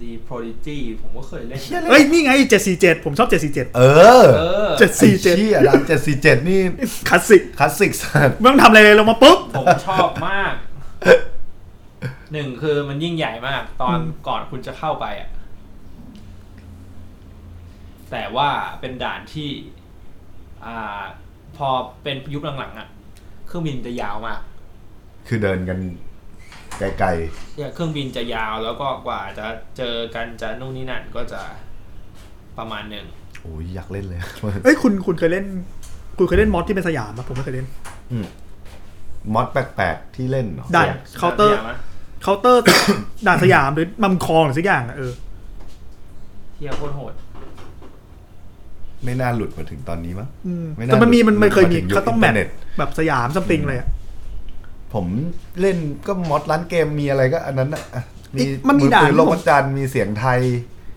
S4: ดีโปรดิจีผมก็เคยเล่น
S2: เอ้ยนี่ไงเจ็ดสี่เจ็ดผมชอบเจ็ดสี่เจ็ด
S3: เออ
S4: เออ
S2: เจ็ดสี่เจ็ด
S3: ไอ้เชี่ยด่านเจ็ดสี่เจ็ดนี่
S2: คลาสสิก
S3: คลาสสิกสัตว์
S2: ไม่ต้องทำอะไรเลยลงมาปุ๊บ
S4: ผมชอบ
S2: <laughs>
S4: มาก หนึ่งคือมันยิ่งใหญ่มาก ตอน
S2: อืม
S4: ก่อนคุณจะเข้าไปอ่ะ แต่ว่าเป็นด่านที่ อ่า พอเป็นยุคหลังๆอ่ะ เครื่องบินจะยาวมาก
S3: คือเดินกันไกล
S4: เนี่ยเครื่องบินจะยาวแล้วก็กว่าจะเจอกันจะนู่นนี่นั่นก็จะ ประมาณหนึ่ง
S3: โอ้ยอยากเล่นเลย <laughs>
S2: เอ้ยคุณคุณเคยเล่น คุณเคยเล่นมอสที่เป็นสยามปะผมไม่เคยเล่น
S3: อืมมอดแปลกๆที่เล่นเหรอ
S2: ด่านเคาน์เตอร์
S4: สยมะ
S2: เคาน์เตอร์ ด่านสยามหรือมัมคองหรือสักอย่างอะเออ
S4: เที่ยโคตรโหด
S3: ไม่น่าหลุดมาถึงตอนนี้มั้ง
S2: อืม
S3: ไม่น่า
S2: แต่มันมีมันมันเคย
S3: ห
S2: มี
S3: ลุดมาถึงยุค
S2: เขาต้องแมท
S3: อินเทอร์เน็ต
S2: แบบสยามซัมติงเลยอะ
S3: ผมเล่นก็มอดร้านเกมมีอะไรก็อันนั้นน่ะอ่ะมี
S2: มันมี
S3: มือ
S2: ด่าน
S3: ปืนโลก
S2: ผม
S3: วัดจันทร์มีเสียงไทย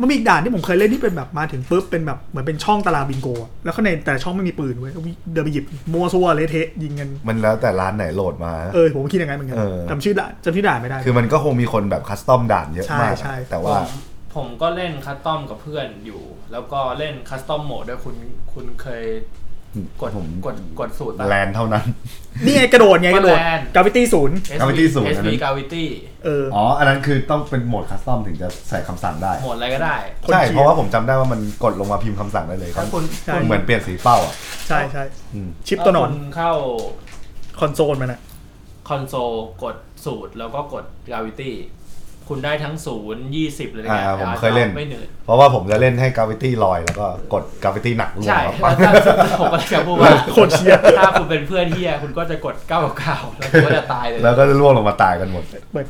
S2: มันมีอีกด่านที่ผมเคยเล่นที่เป็นแบบมาถึงปุ๊บเป็นแบบเหมือนเป็นช่องตารางบิงโกอะแล้วข้างในแต่ละช่องไม่มีปืนเว้ยเดินไปหยิบมัวซัวเละเทะยิงกัน
S3: มันแล้วแต่ร้านไหนโหลดมา
S2: เออผมก็คิดอย่างนั้นเหมือนกัน
S3: เออ
S2: จำชื่อด่านจำชื่อด่านไม่ได้
S3: คือมันก็คงมีคนแบบคัสตอมด่านเยอะ
S2: ใช่
S3: มาก
S2: ใช่
S3: แต่ว่า
S4: ผมผมก็เล่นคัสตอมกับเพื่อนอยู่ แล้วก็เล่นคัสตอมโหมดด้วยคุณคุณเคยกด
S3: ผม
S4: กดกดสูตรปะ
S3: แลนเท่านั้น
S2: นี่ไงกระโดดไงกระโดด
S4: แลนด์
S2: กาวิตี้ศูนย์
S4: SV
S3: Gravity สูตรอันนั้
S4: SV
S3: น
S4: Gravity
S2: เออ
S3: อ๋อ อันนั้นคือต้องเป็นโหมดคัสตอมถึงจะใส่คำสั่งได้
S4: โหมดอะไรก็ได้
S2: คน
S3: ใช่
S2: เชียร์
S3: เพราะว่าผมจำได้ว่ามันกดลงมาพิมพ์คำสั่งได้เลยครับ
S4: ถ้าคุณ
S2: ใช่
S3: เหมือนเปลี่ยนสีเป้าอ่ะ
S2: ใช่ใช่
S3: อืม
S2: ชิปตัวหนอน
S4: ถ้าคุณเข้า
S2: คอนโซลมันอะ
S4: คอนโซลกดสูตรแล้วก็กด Gravity คุณได้ทั้งศูนย์ยี่สิบเลยนะ
S3: อ่าผมเคยเล่น
S4: ไม่เหนื่อย
S3: เพราะว่าผมจะเล่นให้กราฟิตี้ลอยแล้วก็กดกราฟิตี้หนักลง
S4: ใช่
S3: ครับ
S4: แล้วถ้าผมก็จะพูดว่า
S2: โคนเชียร์
S4: ถ้าคุณเป็นเพื่อนเฮียคุณก็จะกดเก้าเก้าแล้วคุณก็จะตายเลย
S3: แล้วก็จะล่วงลงมาตายกันหมด
S2: เปิด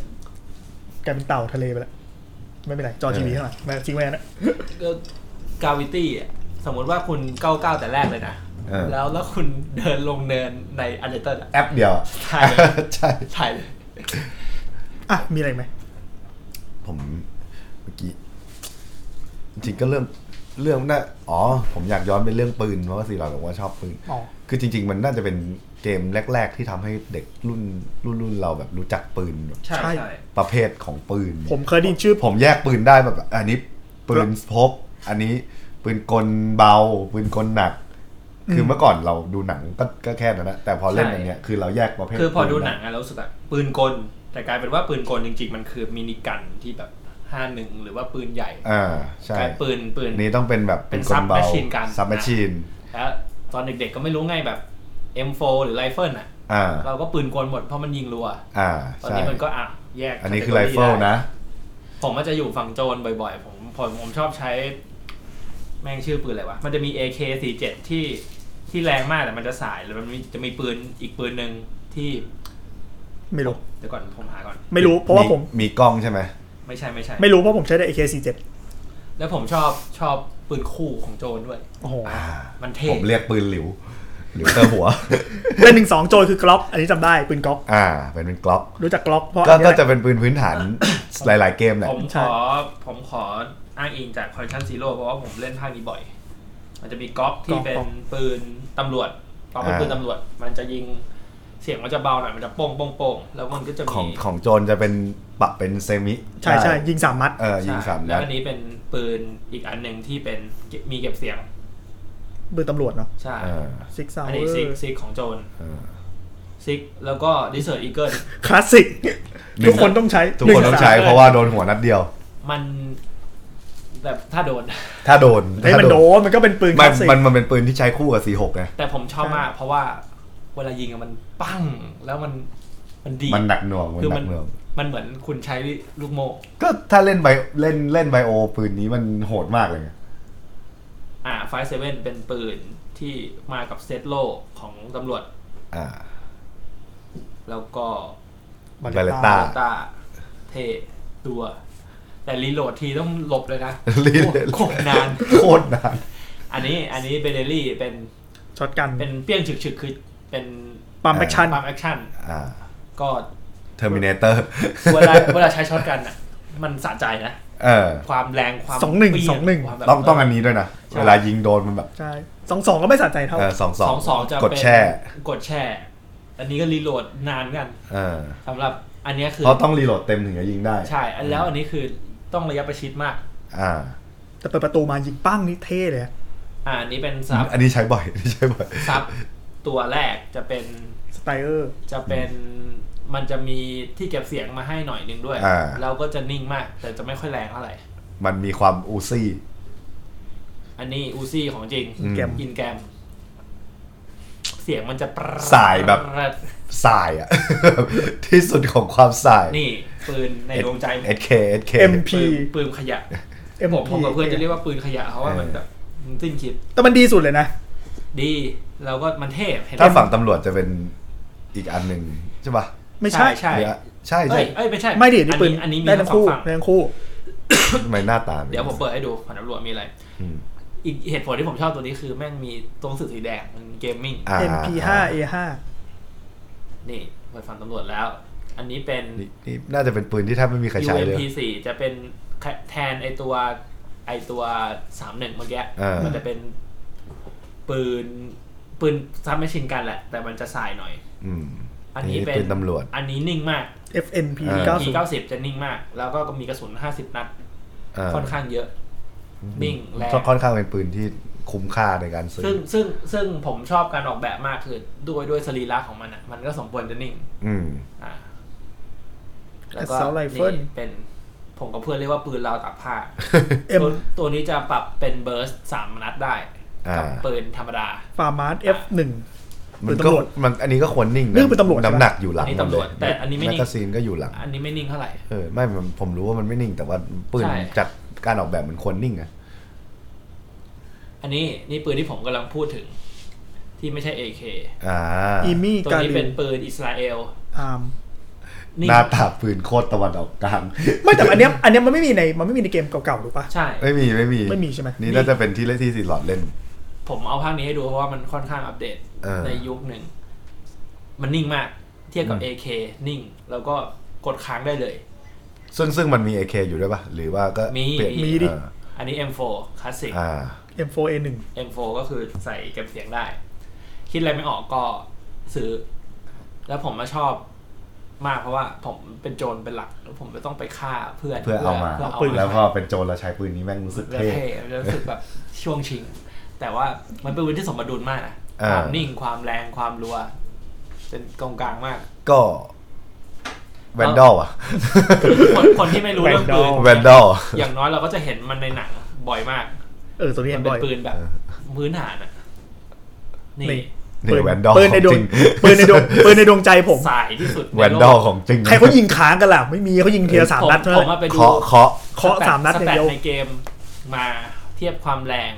S2: กลายเป็นเต่าทะเลไปแล้วไม่เป็นไรจอทีวีข้างหลังมาจริงไหมนะ
S4: กาวิตี้สมมติว่าคุณก้าวก้าวแต่แรกเลยนะ
S3: เออ
S4: แล้วแล้วคุณเดินลงเนินในอันเดอร์
S3: แอปเดียวอะ
S4: ถ่ายเลย
S3: ใช่
S4: ถ่ายเลย
S2: อ่ะมีอะไรไหม
S3: ผมเมื่อกี้ จริงๆก็เรื่องเรื่องน่าอ๋อ ผมอยากย้อนไปเรื่องปืน เพราะว่าสีหลอดบอกว่าชอบปืน
S2: อ๋อ
S3: คือจริง ๆ มันน่าจะเป็นเกมแรก ๆ ที่ทำให้เด็กรุ่นรุ่นรุ่นเราแบบรู้จักปืนแบบ
S4: ใช่ใช่
S3: ประเภทของปืน
S2: ผมเคยได้ยินชื่อ
S3: ผมแยกปืนได้แบบอันนี้ปืนพกอันนี้ปืนกลเบา ปืนกลหนัก คือเมื่อก่อนเราดูหนังก็ก็แค่นั้นนะแต่พอเล่นอันเนี้ยคือเราแยกประเภท
S4: คือพอ
S3: ปื
S4: ดู
S3: ไ
S4: หนังอะเรารู้สึกแบบปืนกล แต่กลายเป็นว่าปืนกลจริง ๆ มันคือมินิกันที่แบบห้าหนึ่งหรือว่าปืนใหญ่
S3: อ่าใช่
S4: กลายปืนปืน
S3: อันนี้ต้องเป็นแบบ
S4: เป็น
S3: กลเบา
S4: submachine gun
S3: ซับแมชชีน
S4: แล้วตอนเด็กๆก็ไม่รู้ไงแบบ M4 หรือไรเฟิลอ่ะ
S3: อ่า
S4: เราก็ปืนกลหมดเพราะมันยิงรัว
S3: อ่า
S4: ตอน
S3: ใช่
S4: นี้มันก็อ่ะแยก
S3: อันนี้คือไร
S4: category
S3: เฟิล
S4: ด้
S3: นะ
S4: ผมก็จะอยู่ฝั่งโจรบ่อยๆ ผมผมผมชอบใช้ แม่งชื่อปืนอะไรวะ มันจะมี AK47 ที่ที่แรงมากแต่มันจะสายแล้วมันมีจะมีปืนอีกปืนหนึ่งที่
S2: ไม่รู้
S4: เดี๋ยวก่อนผมหาก่อน
S2: ไม่รู้เพราะว่าผม
S3: มีกล้องใช่ไหม
S4: ไม่ใช่ไม่ใช่
S2: ไม่รู้เพราะผมใช้ได้ AK47
S4: แล้วผมชอบชอบปืนคู่ของโจรด้วย
S2: โอ้โห
S3: อ่า
S4: มันเท่
S3: ผมเรียกปืนหลิว หลิวเตอร์
S4: <laughs>
S3: หัว
S2: เล่นหนึ่งสองโจยคือกล็อกอันนี้จำได้ปืนกล็อก
S3: อ่า เป็นเป็นกล็อก
S2: รู้จักกล็อกเพราะ
S3: ก็
S2: อันนี้
S3: ก็
S2: แห
S3: จะ
S2: ละ
S3: เป็นปืนพื้นฐาน หลาย ๆ เกมแหละ
S4: ผม
S2: ใช่
S4: ขอผมขออ้างอิงจากคอ l ชั่นซีโร่เพราะว่าผมเล่นภาคนี้บ่อย มันจะมีก๊อกที่เป็นปืนตำรวจก๊อกเป็นปืนตำรวจ มันจะยิงเสียงมันจะเบาหน่อยมันจะโป้งโป้งโป้งแล้วมันก็จะ
S3: ของ
S4: มี
S3: ของโจนจะเป็นปรับเป็นเซมิ
S2: ใช่ใช่ยิงสามมัด
S3: เออยิงสาม
S4: ใช่แล้
S3: นั
S4: ว
S3: ด
S4: อันนี้เป็นปืนอีกอันหนึ่งที่เป็นเก็บมีเก็บเสียง
S2: ปืนตำรวจเนาะ
S4: ใช่
S3: เออ
S2: ซิกซาว
S4: อันนี้ซิกซิกของโจน
S3: เออ
S4: ซิกแล้วก็ดิเซอร์อีเกิล
S2: คลาสสิก
S3: หนึ่ง
S2: ทุกคนต้องใช้
S3: ทุกคนต้องใช้เพราะว่าโดนหัวนัดเดียว
S4: มันแบบถ้าโดน
S3: ถ้าโดน
S2: ไอ้ยมันโดนมันก็เป็นปืนค
S3: มั
S2: ลาน สสิก
S3: มันมันเป็นปืนที่ใช้คู่กับ 46ไง
S4: แต่ผมชอบ
S2: ใช่
S4: มาก เพราะว่าเวลายิงอะมันปั้งแล้วมันมันดี
S3: มันหนักหน่วงมัน
S4: คือ
S3: หนั
S4: มัน
S3: กหน่วง
S4: มันเหมือนคุณใช้ลูกโม
S3: ก็ถ้าเล่นไบเล่นเล่นไบโอปืนนี้มันโหดมากเลยไง
S4: อ่าไฟเซเว่นเป็นปืนที่มากับเซตโลของตำรวจ
S3: อ่า
S4: แล้วก็
S3: ตา
S4: ตาเทตัว แต่รีโหลดทีต้องหลบเลยนะ
S3: รีโหลด
S4: โคตรนาน
S3: โคตรนาน
S4: อันนี้อันนี้เบเดลี่เป็น
S2: ช็อตกัน
S4: เป็นเปี้ยงฉึกๆคือเป็น
S2: ปั๊มแอคชั่น
S4: ปั๊มแอคชั่น
S3: อ่า
S4: ก็
S3: เทอร์มินเตอร์
S4: เวลาเวลาใช้ช็อตกันอ่ะ มันสะใจนะ
S3: <laughs> เออ
S4: ความแรงความ
S2: สองหนึ่ง
S4: เปรี้ย
S2: สองหนึ่ง
S4: ความแบบ
S3: ต้องต้องอันนี้ด้วยนะ
S4: ใช่
S3: เวลายิงโดนมันแบบ
S2: ใช่สองสองก็ไม่สะใจเท่า
S3: เออสองส
S4: ส
S3: อ
S4: อง งสองจะ
S3: กด
S4: เป็น
S3: แช่
S4: กดแช่ อันนี้ก็รีโหลดนานกัน
S3: เออ
S4: สำหรับอันเนี้ยคือ
S3: เพราะต้องรีโหลดเต็มถึงจะยิงได้
S4: ใช่อันแล้วอันนี้คือต้องระยะประชิดมาก
S3: อ่า
S2: แต่เปิดประตูมายิงปั้งนี่เท่เลยอะ
S4: อ่าอันนี้เป็นซับ
S3: <laughs> อันนี้ใช้บ่อยอันนี้ใช้บ่อย
S4: ซับตัวแรกจะเป็น
S2: สไตเออร์
S4: จะเป็นมันจะมีที่เก็บเสียงมาให้หน่อยหนึงด้วย
S3: อ่า
S4: แล้วก็จะนิ่งมาก แต่จะไม่ค่อยแรงเท่าไหร่
S3: มันมีความอูซี่
S4: อันนี้อูซี่ของจริง
S3: อืม
S2: แกม
S4: อินแกรม เสียงมันจะปรด
S3: สายแบบ สายอะ <laughs> ที่สุดของความสาย
S4: นี่ ปืนในดวงใจผม
S3: เอสเคเอสเค
S2: MP
S4: ปืนปืนขยะ
S2: เอ็ม
S4: ผมผมกับเพื่อนจะเรียกว่าปืนขยะเพราะว่ามันแบบมันสิ้นคิด
S2: แต่มันดีสุดเลยนะ
S4: ดีแล้วก็มันเทพเห็นไหม
S3: ถ้าฝั่งตำรวจจะเป็นอีกอันหนึ่งใช่ปะ
S2: ไม่ใช่
S4: ใช่
S3: หรือใช่
S4: เอ้
S3: ใช่
S4: ยเอ้ยไม่ใช่
S2: ไม่ดินี่ปืน
S4: อันนี้มี
S2: ได้
S4: ทั้
S2: ทั้ง
S4: งสอง
S2: คู่
S4: ฝั่ง
S2: ได้ทั้งคู่
S3: ทำไมหน้าตาป็น
S4: เดี๋ยวผมเปิดให้ดูของตำรวจมีอะไร
S3: อืม
S4: อีกเหตุผลที่ผมชอบตัวนี้คือแม่งมีตัวหนังสือสีแดงมันเกมมิ่ง
S3: อ่า
S2: MP5 A5
S4: นี่ไปฟังตำรวจแล้ว อันนี้เป็น
S3: นี่นี่น่าจะเป็นปืนที่แทบไม่มีใครใช้เลย
S4: UMP4 จะเป็นแทนไอตัวไอตัวสามหนึ่งเมื่อกี้
S3: อ่ามั
S4: มันจะเป็นปืนปืนซับไม่ชินกันแหละ แต่มันจะสายหน่อย
S3: อืม
S4: อันนี้เป็น
S3: ปืนตำรวจ
S4: อันนี้นิ่งมาก
S2: FNP
S3: อ่า
S4: P
S2: 90
S4: 90จะนิ่งมาก แล้วก็มีกระสุน 50 นัด
S3: อ่า
S4: ค่อนข้างเยอะ นิ่งแรง
S3: ค่อนข้างเป็นปืนที่คุ้มค่าในการซื้อ
S4: ซึ่งซึ่งซึ่งผมชอบการออกแบบมากคือด้วยด้วยสรีระของมันอ่ะ มันก็สมควรจะนิ่ง
S3: อืม
S4: อ่ะ
S2: Assault Rifle
S4: นี่เป็นผมกับเพื่อนเรียกว่าปืนราวตากผ้า
S2: M
S4: ตัวตัวนี้จะปรับเป็นเบิร์สสามนัดได้
S3: อ่า
S4: กับปืนธรรมดา
S2: f a r m a r F1
S3: มัน
S2: ปืน
S3: ก็
S2: ตำรวจ
S3: มันอันนี้ก็ควรนิ่งะ
S2: เรื่องปืนตำรวจใช่ปะ
S3: น้ำหนักอยู่หลัง
S4: อันนี้ตำรวจ
S3: หมดเลย
S4: แต่อันนี้ไม่นิ่ง
S3: แกกาซีนก็อยู่หลัง
S4: อันนี้ไม่นิ่งเท่าไหร่
S3: เออไม่มันผมรู้ว่ามันไม่นิ่ง แต่ว่าปืน
S4: ใช่
S3: จากการออกแบบมันควรนิ่งอะ
S4: อันนี้นี่ปืนที่ผมกำลังพูดถึง ที่ไม่ใช่ AK
S3: อ่า
S2: อีมี่
S4: ตัว
S2: กา
S4: นี้
S2: ลิ
S4: เป็น
S2: น
S4: ปืนอิสราเอล
S2: อาร์ม
S4: นิ่ง
S3: หน้าตาปืนโคตรตะวันออกก
S2: <laughs>
S3: ลาง
S2: ไม่แต่อันเนี้ยอันเนี้ยมันไม่มีในมันไม่มีในเกมเก่าๆถูกปะ
S4: ใช่
S3: ไม่มีไม่มี
S2: ไม่มีใช่ไหม
S3: นี่น่าจะเป็นที่เล่นที่สีหลอดเล่น
S4: ผมเอาภาคนี้ให้ดูเพราะว่ามันค่อนข้างอัปเดต
S3: เออ
S4: ในยุคหนึ่ง มันนิ่งมาก เทียบกับ AK นิ่ง แล้วก็กดค้างได้เลย
S3: ซึ่งซึ่งมันมี AK อยู่ด้วยปะหรือว่าก็
S4: มี
S3: เปลี่ยน
S2: มีดิ
S3: เออ
S4: อันนี้ M4 คลาสสิก
S3: อ่า
S2: M4A1
S4: M4 ก็คือใส่เก็บเสียงได้ คิดอะไรไม่ออกก็ซื้อ แล้วผมมาชอบมากเพราะว่าผมเป็นโจรเป็นหลัก แล้วผมไม่ต้องไปฆ่าเพื่อน
S3: เพื่อเอามา
S4: เพื่อเอา
S3: แล้วพ
S4: มา
S3: อเป็นโจรเราใช้ปืนนี้แม่งรู้สึก
S4: แล้ว
S3: เท่
S4: เท่แล้วรู้สึกแบบช่วงชิง แต่ว่ามันเป็นวินที่สมดุลมากนะ
S3: อ่า
S4: ความนิ่งความแรงความรัว เป็นกองกลางมาก
S3: ก็แวนดอลอะ
S4: คนคนที่ไม่รู้เรื่องปืน
S2: Vandal
S3: แวนดอล
S4: อย่างน้อยเราก็จะเห็นมันในหนังบ่อยมาก
S2: เออตัวนี้
S4: มั
S2: เห็
S4: น
S2: น
S4: เป็
S2: บ่อน ย
S4: ปืนแบบ
S3: เออ
S4: พื้นฐานอะนี่
S2: นี่
S3: นี่แวนดอล
S2: ปืนในดวงปืนในดวงปืนในดวงใจผม
S4: สายที่สุดใโลก
S3: แวนดอลของจริง
S2: ใครเขายิงค้างกันล่ะ ไม่มีเขายิงเทียสามนัดเท่า
S4: ผ
S2: นั้
S4: ม
S2: น
S4: มาไปดู
S3: เคาะเคาะ
S2: เคาะ
S4: แตท
S2: สามนัด
S4: ส
S2: อย่าง
S4: แตท
S2: เดียว
S4: ในเกมมาเทียบความแรง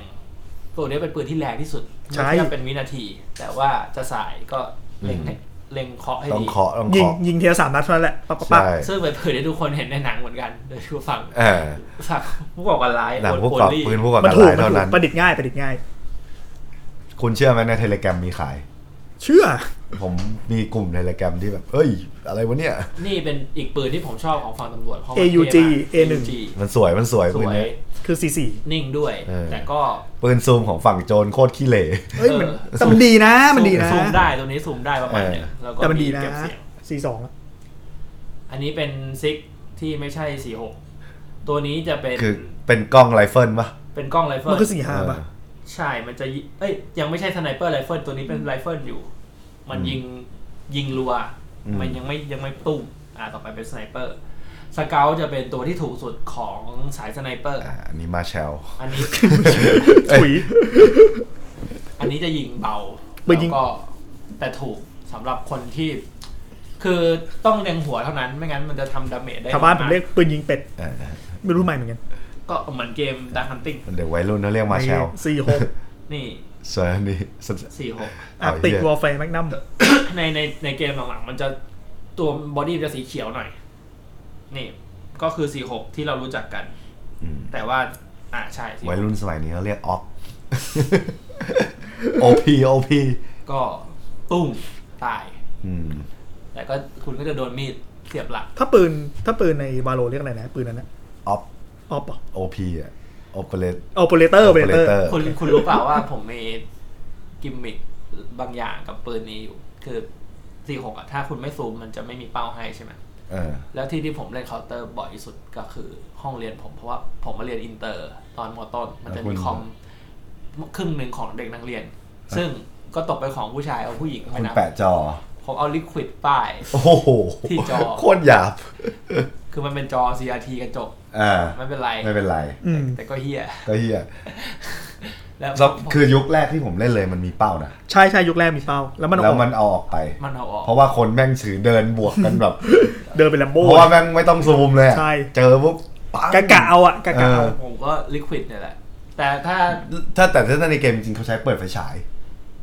S4: ตัวนี้เป็นปืนที่แรงที่สุด
S2: ใช่
S4: เทียบเป็นวินาที แต่ว่าจะสายก็เล็งให้เล็งเคาะให้
S3: ต้อง
S4: ดี
S3: เคาะต้อง
S2: ยิง
S3: เคาะ
S2: ยิงเทียสามนัดเท่านั้นแหละปั๊บปั๊บปั๊บ
S3: ใช่
S4: ซึ่งเป็นปืนที่ทุกคนเห็นในหนังเหมือนกันโดยทั่วฝั่ง
S3: เออ
S4: ฝั่งผู้ก่อการร้าย
S3: หลัง
S4: โอน
S3: ผู้ก่อ
S4: โอนลี่
S3: ปืนผู้ก่อ
S2: มั
S3: กาน ร
S2: ถูก
S3: ร้าย
S2: มัน
S3: เท่า
S2: ถูก
S3: นั้น
S2: ประดิษฐ์ง่ายประดิษฐ์ง่าย
S3: คุณเชื่อไหมในเทเลแกรมมีขาย
S2: เชื่อ
S3: ผมมีกลุ่มเทเลแกรมที่แบบ เอ้ย อะไรวะเนี่ย
S4: นี่เป็นอีกปืนที่ผมชอบของฝั่งตำรวจเพราะมัน
S2: AUG
S4: เท่มา
S2: A1
S4: ก AUG
S3: มันสวยมันสวย
S4: ส
S3: ปืน
S4: วย
S3: เนี้ย
S2: คือ C4
S4: นิ่งด้วย
S3: เออ
S4: แต่ก็
S3: ปืนซูมของฝั่งโจรโคตรขี้เหร่
S2: เอ้ยมันแต่มันดีนะมันดีนะ
S4: ซูมได้ตัวนี้ซูมได้ประมาณหนึง
S3: เออ
S4: แล้วก็
S2: แต่มันดีนะ
S4: เก็บเสียง
S2: C2 อะ
S4: อันนี้เป็นซิกที่ไม่ใช่สี่หกตัวนี้จะเป็น
S3: คือเป็นกล้องไรเฟิลปะ
S4: เป็นกล้องไรเฟิ
S2: มัน
S4: ล
S2: คือสี่ห้าป่ะ
S4: ใช่ มันจะยิเอ้ยยังไม่ใช่สไนเปอร์ไรเฟิลตัวนี้เป็นไรเฟิลอยู่ มันยิงยิงรัว มันยังไม่ยังไม่ตุ้มอ่าต่อไปเป็นสไนเปอร์สเกลจะเป็นตัวที่ถูกสุดของสายสไนเปอร์
S3: อ่าอันนี้มาแชล
S4: อันนี้
S2: ถุย
S4: อันนี้จะยิงเบา
S2: ปืนยิง
S4: แล้วก็แต่ถูกสำหรับคนที่ คือต้องเล็งหัวเท่านั้นไม่งั้นมันจะทำดาเมจได้
S2: ชาวบ้านผมเรียกปืนยิงเป็ด
S3: เออ
S2: ไม่รู้ใหม่เหมือนกัน
S4: ก็เหมือนเกมดักฮันติง
S3: เด็กวัยรุ่นเขาเรียกมาแชล
S2: สี่หก
S4: นี่
S3: ส่วนอันนี้
S4: สี่หก <coughs>
S2: อาร์ติกวอลแฟร์แมกนัม
S4: ในในในเกมหลังๆมันจะตัวบอดี้จะสีเขียวหน่อย นี่ ก็คือ 46 ที่เรารู้จักกัน
S3: อืม
S4: แต่ว่า อ่าใช่
S3: วัย
S4: 46
S3: รุ่นสมัยนี้เขาเรียก <laughs> ออกโอพีโอพี
S4: ก็ตุ้มตาย แต่ก็คุณก็จะโดนมีดเสียบหลัก
S2: ถ้าปืนถ้าปืนในวาโลเรียกอะไรนะ ปืนนั้นนะ
S3: ออฟ
S2: ออป
S3: โอพีอะโอเปเรต
S2: โอเปอเรเตอร์โอเปอเรเตอร์
S4: คุณคุณรู้เปล่าว่าผมมีกิมมิคบางอย่างกับปืนนี้อยู่ คือ 46 อ่ะ ถ้าคุณไม่ซูมมันจะไม่มีเป้าให้ใช่ไหม
S3: เออ
S4: แล้วที่ที่ผมเล่นเคาน์เตอร์บ่อยที่สุดก็คือห้องเรียนผมเพราะว่าผมมาเรียนอินเตอร์ตอนมอต้น มันจะมีคอมครึ่งหนึ่งของเด็กนักเรียน ซึ่งก็ตกไปนของผู้ชายเอาผู้หญิงไป
S3: คุณ
S4: นะ
S3: แปะจอ
S4: ผมเอาลิควิด
S3: <laughs>
S4: ป้าย
S3: โอ้โห
S4: ที่จอ
S3: โคตรหยาบ
S4: คือมันเป็นจอ CRT กระจก
S3: อ่า
S4: ไม่เป็นไร
S3: ไม่เป็นไร
S2: อืม
S4: แต่ก็เฮีย
S3: ก็เฮีย
S4: แล้ว
S3: แล้วคือยุคแรกที่ผมเล่นเลยมันมีเป้านะ
S2: ใช่ใช่ยุคแรกมีเป้า แล้วมันอ
S3: แล้
S2: อ
S3: ว
S2: ก
S3: มันเอาออกไป
S4: มันเอาออก
S3: เพราะว่าคนแม่งถือเดินบวกกันแบบ
S2: เดินเป็นแลมโบ้
S3: เพราะว่าแม่งไม่ต้องซูมเลยอะ
S2: ใช่
S3: เจอปุ๊บ ปัง
S2: กะกะเอาอะกะกะเอา
S4: ผมก็ลิควิดเนี่ยแหละ แต่ถ้า
S3: ถ้าแต่ถ้าในเกมจริงๆเขาใช้เปิดไฟฉาย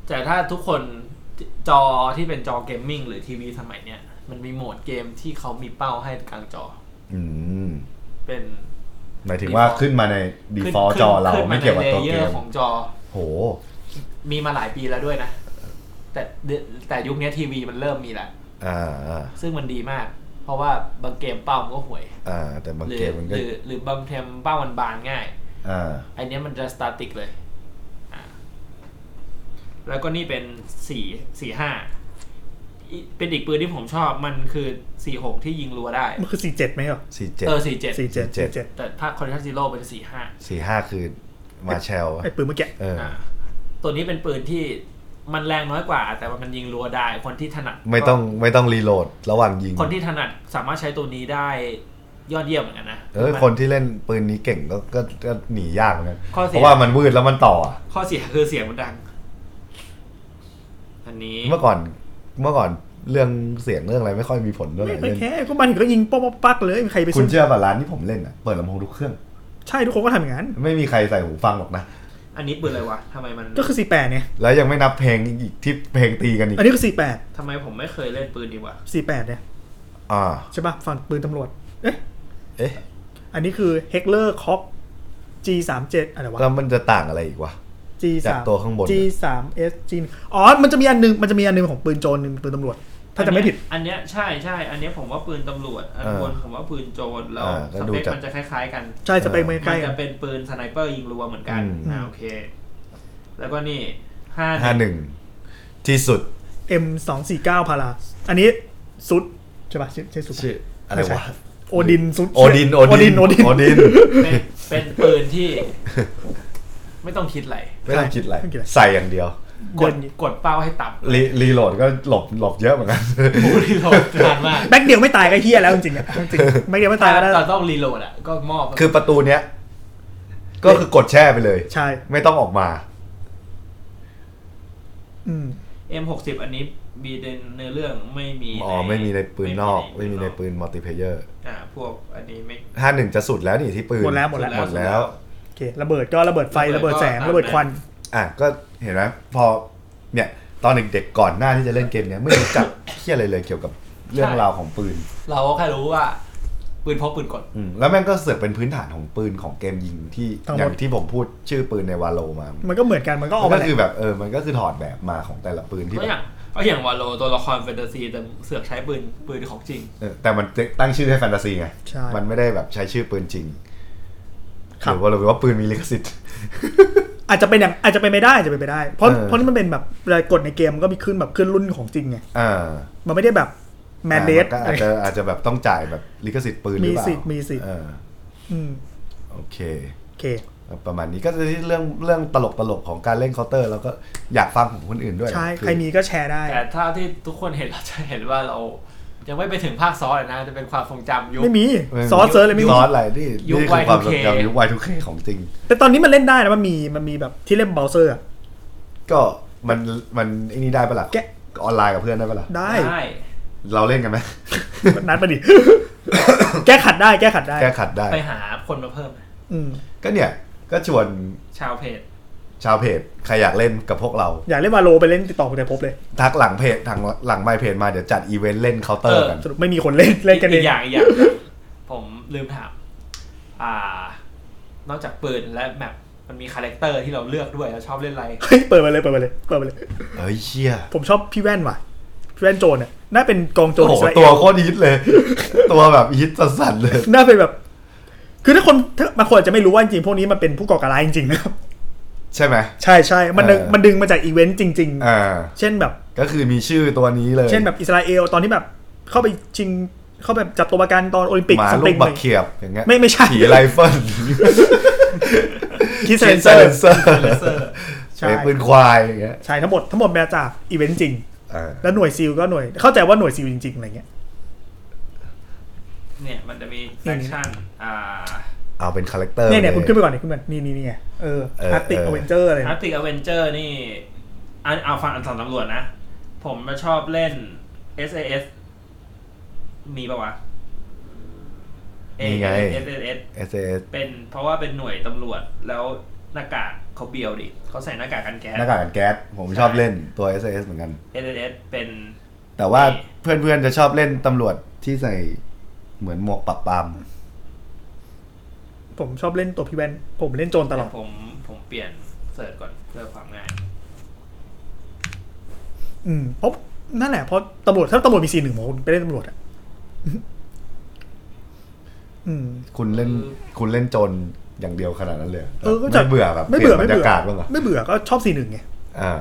S4: แต่ถ้าทุกคนจอที่เป็นจอเกมมิ่งหรือทีวีสมัยเนี้ยมันมีโหมดเกมที่เขามีเป้าให้กลางจอ
S3: อืม
S4: เป็น
S3: หมายถึงว่า
S4: default
S3: ขึ้นมาใน
S4: ขึ้น
S3: default
S4: ขึ้น
S3: จอเรา
S4: ขึ้น
S3: ไม่เกี่ยวกับตัว
S4: ใน
S3: เก
S4: layer
S3: ม
S4: ของจอ
S3: โห
S4: มีมาหลายปีแล้วด้วยนะ แต่เดแต่ยุคเนี้ทีวีมันเริ่มมีแล้ว
S3: อ่าอ่า
S4: ซึ่งมันดีมาก เพราะว่าบางเกมเป้ามันก็ห่วย
S3: อ่า แต่บาง
S4: หรื
S3: เกมมัน
S4: ห
S3: ก็
S4: รือหรือบางเกมเป้ามันบานง่าย
S3: อ่า
S4: ไอันนี้ยมันจะสตาติกเลยอ่ะแล้วก็นี่เป็นสี่สี่ห้าเป็นอีกปืนที่ผมชอบมันคือสี่หกที่ยิงรัวได้
S2: มันคือสี่เจ็ดไหมเหรอ
S3: สี่เจ็ด
S4: เออสี่เจ็ด
S2: สี่เจ็ดสี่
S3: 47
S2: เจ็ด
S4: แต่ถ้าคอนเทนต์ซีโร่เป็นสี่ห้า
S3: สี่ห้าคือมาแชล
S2: ไอ้ปืนเมื่อกี้
S3: เอออ
S4: ตัวนี้เป็นปืนที่มันแรงน้อยกว่า แต่ว่ามันยิงรัวได้ คนที่ถนัด
S3: ไม่ต้องไม่ต้องรีโหลดระหว่างยิง
S4: คนที่ถนัดสามารถใช้ตัวนี้ได้ยอดเยี่ยมเหมือนกันนะ
S3: เออ
S4: มั
S3: คนที่เล่นปืนนี้เก่งก็ก็ก็หนียากเหมือนกัน
S4: ข้อเสีย
S3: เพราะว่ามันมืดแล้วมันต่ออะ
S4: ข้อเสียคือเสียงมันดัง อันนี้
S3: เมื่อก่อนเมื่อก่อนเรื่องเสียงเรื่องอะไรไม่ค่อยมีผลเรื่องอะไร
S2: ไม่ไม่
S3: เล่น
S2: แค่ก็มันก็ยิงป๊อกป๊อกปักเลยไม่มีใครไป
S3: คุณ
S2: สู้
S3: เชื่อป่ะร้านที่ผมเล่นอ่ะ เปิดลำโพงทุกเครื่อง
S2: ใช่ทุกคนก็ทำอย่างนั้น
S3: ไม่มีใครใส่หูฟังหรอกนะ
S4: อันนี้ปืนอะไรวะทำไมมัน
S2: ก็คือสี่แปดเนี่ย
S3: แล้วยังไม่นับเพลงอีกที่เพลงตีกันอีก
S2: อันนี้คือสี่แปด
S4: ทำไมผมไม่เคยเล่นปืนดีวะ
S2: สี่แปดเนี่ย
S3: อ่า
S2: ใช่ป่ะฝั่งปืนตำรวจเอ๊ะ
S3: เอ๊ะ
S2: อันนี้คือเฮกเลอร์คอกจีสามเจ็ดอะไรวะ
S3: แล้วมันจะต่างอะไรอีกวะ
S2: G สาม
S3: จากตัวข้างบน
S2: G สาม S G อ๋อ มันจะมีอันหนึง มันจะมีอันหนึงของปืนโจรหนึ่งปืนตำรวจ ถ้าจะไม่ผิด
S4: อันเนี้ยใช่ใช่ อันเนี้ยผมว่าปืนตำรวจ อัน
S3: เออบ
S4: นผมว่าปืนโจร แล้ว
S3: อ่าก็
S4: ส
S3: ดู
S4: เปค
S3: จาก
S4: มันจะคล้ายๆกัน
S2: ใช่จะไปไม่ใก
S4: มั
S2: ล้
S4: น
S2: กั
S4: จะ
S2: น
S4: เป็นปืนสไนเปอร์ยิงรัวเหมือนกัน
S3: อืม
S4: อ่าโอเค แล้วก็นี่ห้า
S3: ห้าหนึ่งที่สุด
S2: M สองสี่เก้าพาราอันนี้ซุดใช่ป่ะใช่ใช่ซุด
S3: ชื่ออะไรวะ
S2: โอดินซุด
S3: โอดิน โอดิน
S2: โอดิน
S3: โอดิน
S4: เป็นเป็นปืนที่ ไม่ต้องคิดอะไร
S3: ไม่ต้องคิดอะไร ใส่อย่างเดียว
S4: กดกดเป้าให้ต่ำ
S3: รีรีโหลดก็หลบหลบเยอะเหมือนกัน
S4: โอ้รีโหลดนานมาก
S2: แบ็คเดียวไม่ตายก็เฮียแล้วจริงๆอะจริงๆแบ็คเดียวไม่ตายก็ได้
S4: แต่ต้องรีโหลดอ่ะ ก็มอบ
S3: คือประตูเนี้ย ก็คือกดแช่ไปเลย
S2: ใช่
S3: ไม่ต้องออกมา
S2: อืม
S4: เอ็มหกสิบอันนี้มีในเนื้อเรื่องไม่มี
S3: อ๋อ ไม่มีในปืนนอก ไม่มีใน
S4: ปืน
S3: ปืนมัลติเพเยอร์
S4: อ่าพวกอันนี้ไม่
S3: ห้าหนึ่งจะสุดแล้วนี่ที่ปืน
S2: หมดแล้วหมดแล้ว
S3: หมดแล้ว
S2: โอเคระเบิดก็ระเบิดไฟระเบิดแสงระเบิดควัน
S3: อ่ะก็เห็นไหมพอเนี่ย ตอนเด็กๆก่อนหน้าที่จะเล่นเกมเนี้ยไม่รู้จัก <coughs> เที่ยอะไรเลยเกี่ยวกับเรื่องราวของปืน
S4: เราก็แค่รู้ว่า ปืนพกปืนกด
S3: อืมแล้วแม่งก็เสือกเป็นพื้นฐานของปืนของเกมยิงที่
S2: ทั้งหมด
S3: อย่างที่ผมพูดชื่อปืนในวาโลมา
S2: มันก็เหมือนกันมันก็ออก
S3: ก็
S2: มาแหละ
S3: คือแบบเออมันก็คือถอดแบบมาของแต่ละปืนที่
S4: ก็
S3: แบ
S4: อบ ย่างก็อย่างวาโลตัวละครแฟนตาซีแต่เสือกใช้ปืนปืนของจริง
S3: เออแต่มันตั้งชื่อให้แฟนตาซีไง
S2: ใช่
S3: มันไม่ได้แบบใช้ชื่อปืนจริง
S2: ค
S3: ห
S2: รับ
S3: รือว่าหรือว่าปืนมีลิขสิทธิ์
S2: อาจจะเป็นอย่างอาจจะเป็นไม่ได้อาจจะเป็นไปได้ เพราะ
S3: เออ
S2: เพราะนี่มันเป็นแบบเวลากดในเกมมันก็มีขึ้นแบบขึ้นรุ่นของจริงไง
S3: อ่า
S2: มันไม่ได้แบบแมนเดต
S3: อ่ะก็อาจจะอาจจะแบบต้องจ่ายแบบลิขสิทธิ์ปืนหรือเปล่า
S2: มีสิทธิ์มีสิทธิ์
S3: เออ
S2: อืม
S3: โอเค
S2: โอเค
S3: ประมาณนี้ก็จะเรื่องเรื่องตลกตลกๆของการเล่นเคาน์เตอร์ แล้วก็อยากฟังของคนอื่นด้วย
S2: ใช่
S3: อ
S2: ใครมีก็แชร์ได้
S4: แต่ถ้าที่ทุกคนเห็นเราจะเห็นว่าเรา ยังไม่ไปถึงภาคซอสเลยนะ จะเป็นความทรงจำยุค
S2: ไม่มี
S3: ไม่มี
S2: ซอสเซอร์เลยไม่
S3: ซ
S2: มี
S3: อสอะไรนี่
S4: ยุค
S3: นี่คือความทรง
S4: Y2K
S3: จำยุค Y2K ของจริง
S2: แต่ตอนนี้มันเล่นได้นะมันมีมันมีแบบที่เล่นเบราว์เซอร์อะ
S3: ก็มันมันไอ้นี่ได้ปะล่ะ
S2: แกะ
S3: ออนไลน์กับเพื่อนได้ปะล่ะ
S2: ได้
S4: ได้
S3: เราเล่นกันไหม
S2: นัดมาดิ <coughs> แก้ขัดได้แก้ขัดได้
S3: แก้ขัดได้
S4: ไปหาคนมาเพิ่ม
S2: อืม
S3: ก็เนี่ย ก็ชวน
S4: ชาวเพจ
S3: ชาวเพจใครอยากเล่นกับพวกเรา
S2: อยากเล่นวาโลไปเล่นติดต่อคุณแต่พบเลย
S3: ทักหลังเพจทางหลังไมค์เพจมาเดี๋ยวจัดอีเวนต์เล่นเคาน์เตอร์กัน
S2: สรุปไม่มีคนเล่นเล่นกันเอ
S4: อี
S2: ง
S4: กอย่างอีกอย่าง ผมลืมถาม อ่า นอกจากปืนและแมปมันมีคาแรคเตอร์ที่เราเลือกด้วยเราชอบเล่นอะไร
S2: เฮ้ยเปิดมาเลยเปิดมาเลยเปิดมาเลย
S3: เฮ้ยเชี่ย
S2: ผมชอบพี่แว่นว่ะ พี่แว่นโจรเนี่ยน่าเป็นกองโจ
S3: โอ้
S2: ร
S3: โห
S2: อิสราเอ
S3: ตัว
S2: ล
S3: โคตรฮิตเลย
S2: <laughs>
S3: ตัวแบบฮิตสั่นๆเลย
S2: น่าเป็นแบบ คือถ้าคนถ้าบางคนอาจจะไม่รู้ว่าจริงๆพวกนี้มันเป็นผู้ก่อการร้ายจริงๆนะครับ
S3: ใช่ไหม
S2: ใช่ใช่มันดึง
S3: เออ
S2: มันดึงมาจากอีเวนต์จริง
S3: อ่า
S2: ๆ เช่นแบบ
S3: ก็คือมีชื่อตัวนี้เลย
S2: เช่นแบบอิสราเอลตอนที่แบบเข้าไปชิงเข้าแบบจับตัวประกันตอนโอลิมปิก
S3: หมา
S2: ส
S3: ลู
S2: ติ
S3: ก
S2: ง
S3: บักเขียบอย่างเงี้ย
S2: ไม่ไม่ใช่
S3: ผีไรเฟิล
S2: <laughs> คิสเซนเซ
S3: เซ
S2: อร์
S3: นเซอร์
S2: ใช่
S3: ใช่ปืนควายอย่างเงี้ย
S2: ใช่ทั้งหมดทั้งหมดมาจากอีเวนต์จริง
S3: อ่า
S2: แล้วหน่วยซิลก็หน่วย เข้าใจว่าหน่วยซิลจริง ๆ อะไรเงี้ย
S4: เนี่ยมันจะมีแฟคชั่น อ่า
S3: เอาเป็นคาแรคเตอร์
S2: เนี่ยเนี่ยคุณ
S3: ล
S2: ขึ้นไปก่อนเนี่ยขึ้นไปนี่นี่นี่ไงเออ
S3: เออ
S2: อาร์ติก
S3: เอ
S2: อ
S3: อ
S2: เวนเจอร์อะไร
S4: อา
S2: นะ
S4: ร์ติกอเวนเจอร์นี่อันเอาฟังอันสองตำรวจนะ ผมมาชอบเล่น SAS มีปะวะ
S3: นี่ไง
S4: S S S
S3: S S
S4: เป็นเพราะว่าเป็นหน่วยตำรวจแล้วหน้ากากเขาเบียวดิเขาใส่หน้ากากกันแก๊ส
S3: หน้ากากกันแก๊สผมชอบเล่นตัว S S เหมือนกัน
S4: S S S เป็น
S3: แต่ว่า
S4: นี่
S3: เพื่อนๆจะชอบเล่นตำรวจที่ใส่เหมือนหมวกปรับปราม
S2: ผมชอบเล่นตัวพี่แว่นผมเล่นโจรตลอด
S4: ผมผมเปลี่ยนเสิร์ชก่อนเพื่อความง่าย
S2: อืมเพราะนั่นแหละเพราะตำรวจถ้าตำรวจมีซีนหนึ่งผมไปเล่นตำรวจอ่ะ <laughs> อืม
S3: คุณเล่น
S4: อืม
S3: คุณเล่นจนอย่างเดียวขนาดนั้นเลยหร
S2: เออก็จะ
S3: ไม่เบื่อแบบ
S2: ไม่เบื่อ
S3: ป
S2: ไม่
S3: ลี่ยนบร
S2: เบื่อย
S3: รากาศบ้างเหรอ
S2: ไม่เบื่อก็ชอบซีนหนึ่งไง
S3: อ่า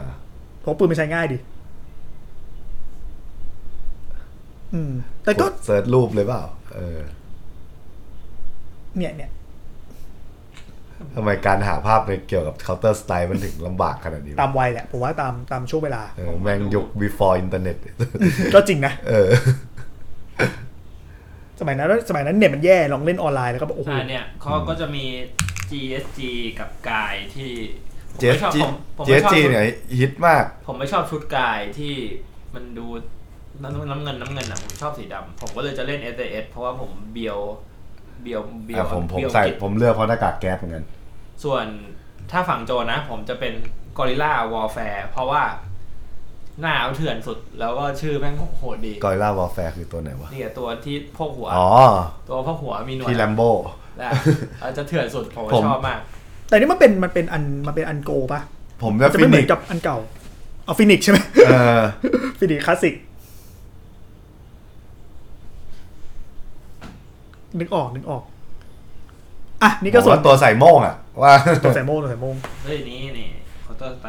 S2: เพราะปืนมันใช้ง่ายดี อืม แต่ก็
S3: ดเสิร์ชรูปเลยเปล่า เออ
S2: เนี่ยเนี่ย
S3: ทำไมการหาภาพในเกี่ยวกับ Counter Strike มันถึงลำบากขนาดนี้วะ
S2: ตามวัยแหละ ผมว่าตามตามช่วงเวลา
S3: เออแม่งยุค before internet <laughs>
S2: ก็จริงนะ
S3: เออ
S2: สมัยนั้นแล้วสมัยนั้นเน็ตมันแย่ลองเล่นออนไลน์แล้วก็แบบโอ้โห
S4: อ่าเนี่ยเขาก็จะมี G S G กับกายที่ผมไม่ชอบ
S3: JSG
S4: ผมผมไม่ชอบ
S3: JSG เนี่ยฮิตมาก
S4: ผมไม่ชอบชุดกายที่มันดูน้ำน้ำเงินน้ำเงินอ่ะผมชอบสีดำผมก็เลยจะเล่น S S เพราะว่าผมเบียวเบียวเบีย
S3: อ่ะ
S4: ว
S3: ผมผม
S4: เบียว
S3: ใส่
S4: กิจ
S3: ผมเลือกเพราะหน้ากากแก๊สเหมือนกัน
S4: ส่วนถ้าฝั่งโจรนะ ผมจะเป็นกอริล่าวอลแฟร์เพราะว่าหน้าเอาเถื่อนสุดแล้วก็ชื่อแม่งโหดดี
S3: กอยล่าวอลแฟร์คือตัวไหนวะ
S4: นี่อะตัวที่พกหัว
S3: อ๋อ
S4: ตัวพกหัวมีหนวด
S3: พี่แลมโบ
S4: แต่อาจจะเถื่อนสุดผมก็
S3: ผม
S4: ชอบมาก
S2: แต่นี่มันเป็นมันเป็นอันมันเป็นอันโกปะ
S3: ผมจะ
S2: จะ
S3: ฟิ
S2: ไม่เหมื
S3: นิ
S2: อก นกับอันเก่าเอาฟินิกใช่ไหม <laughs>
S3: เออ
S2: ฟินิกคลาสสิกนึกออกนึกออก อ่ะ นี่
S3: ก็
S2: ก็
S3: ส่
S2: ส่
S3: ว
S2: วน น
S3: ตัวใส่โม่งอ่ะ ว่า
S2: ตัวใส่โมงตัวใส่โมง
S4: เฮ้ยนี่นี่เคาน์เตอร์ไต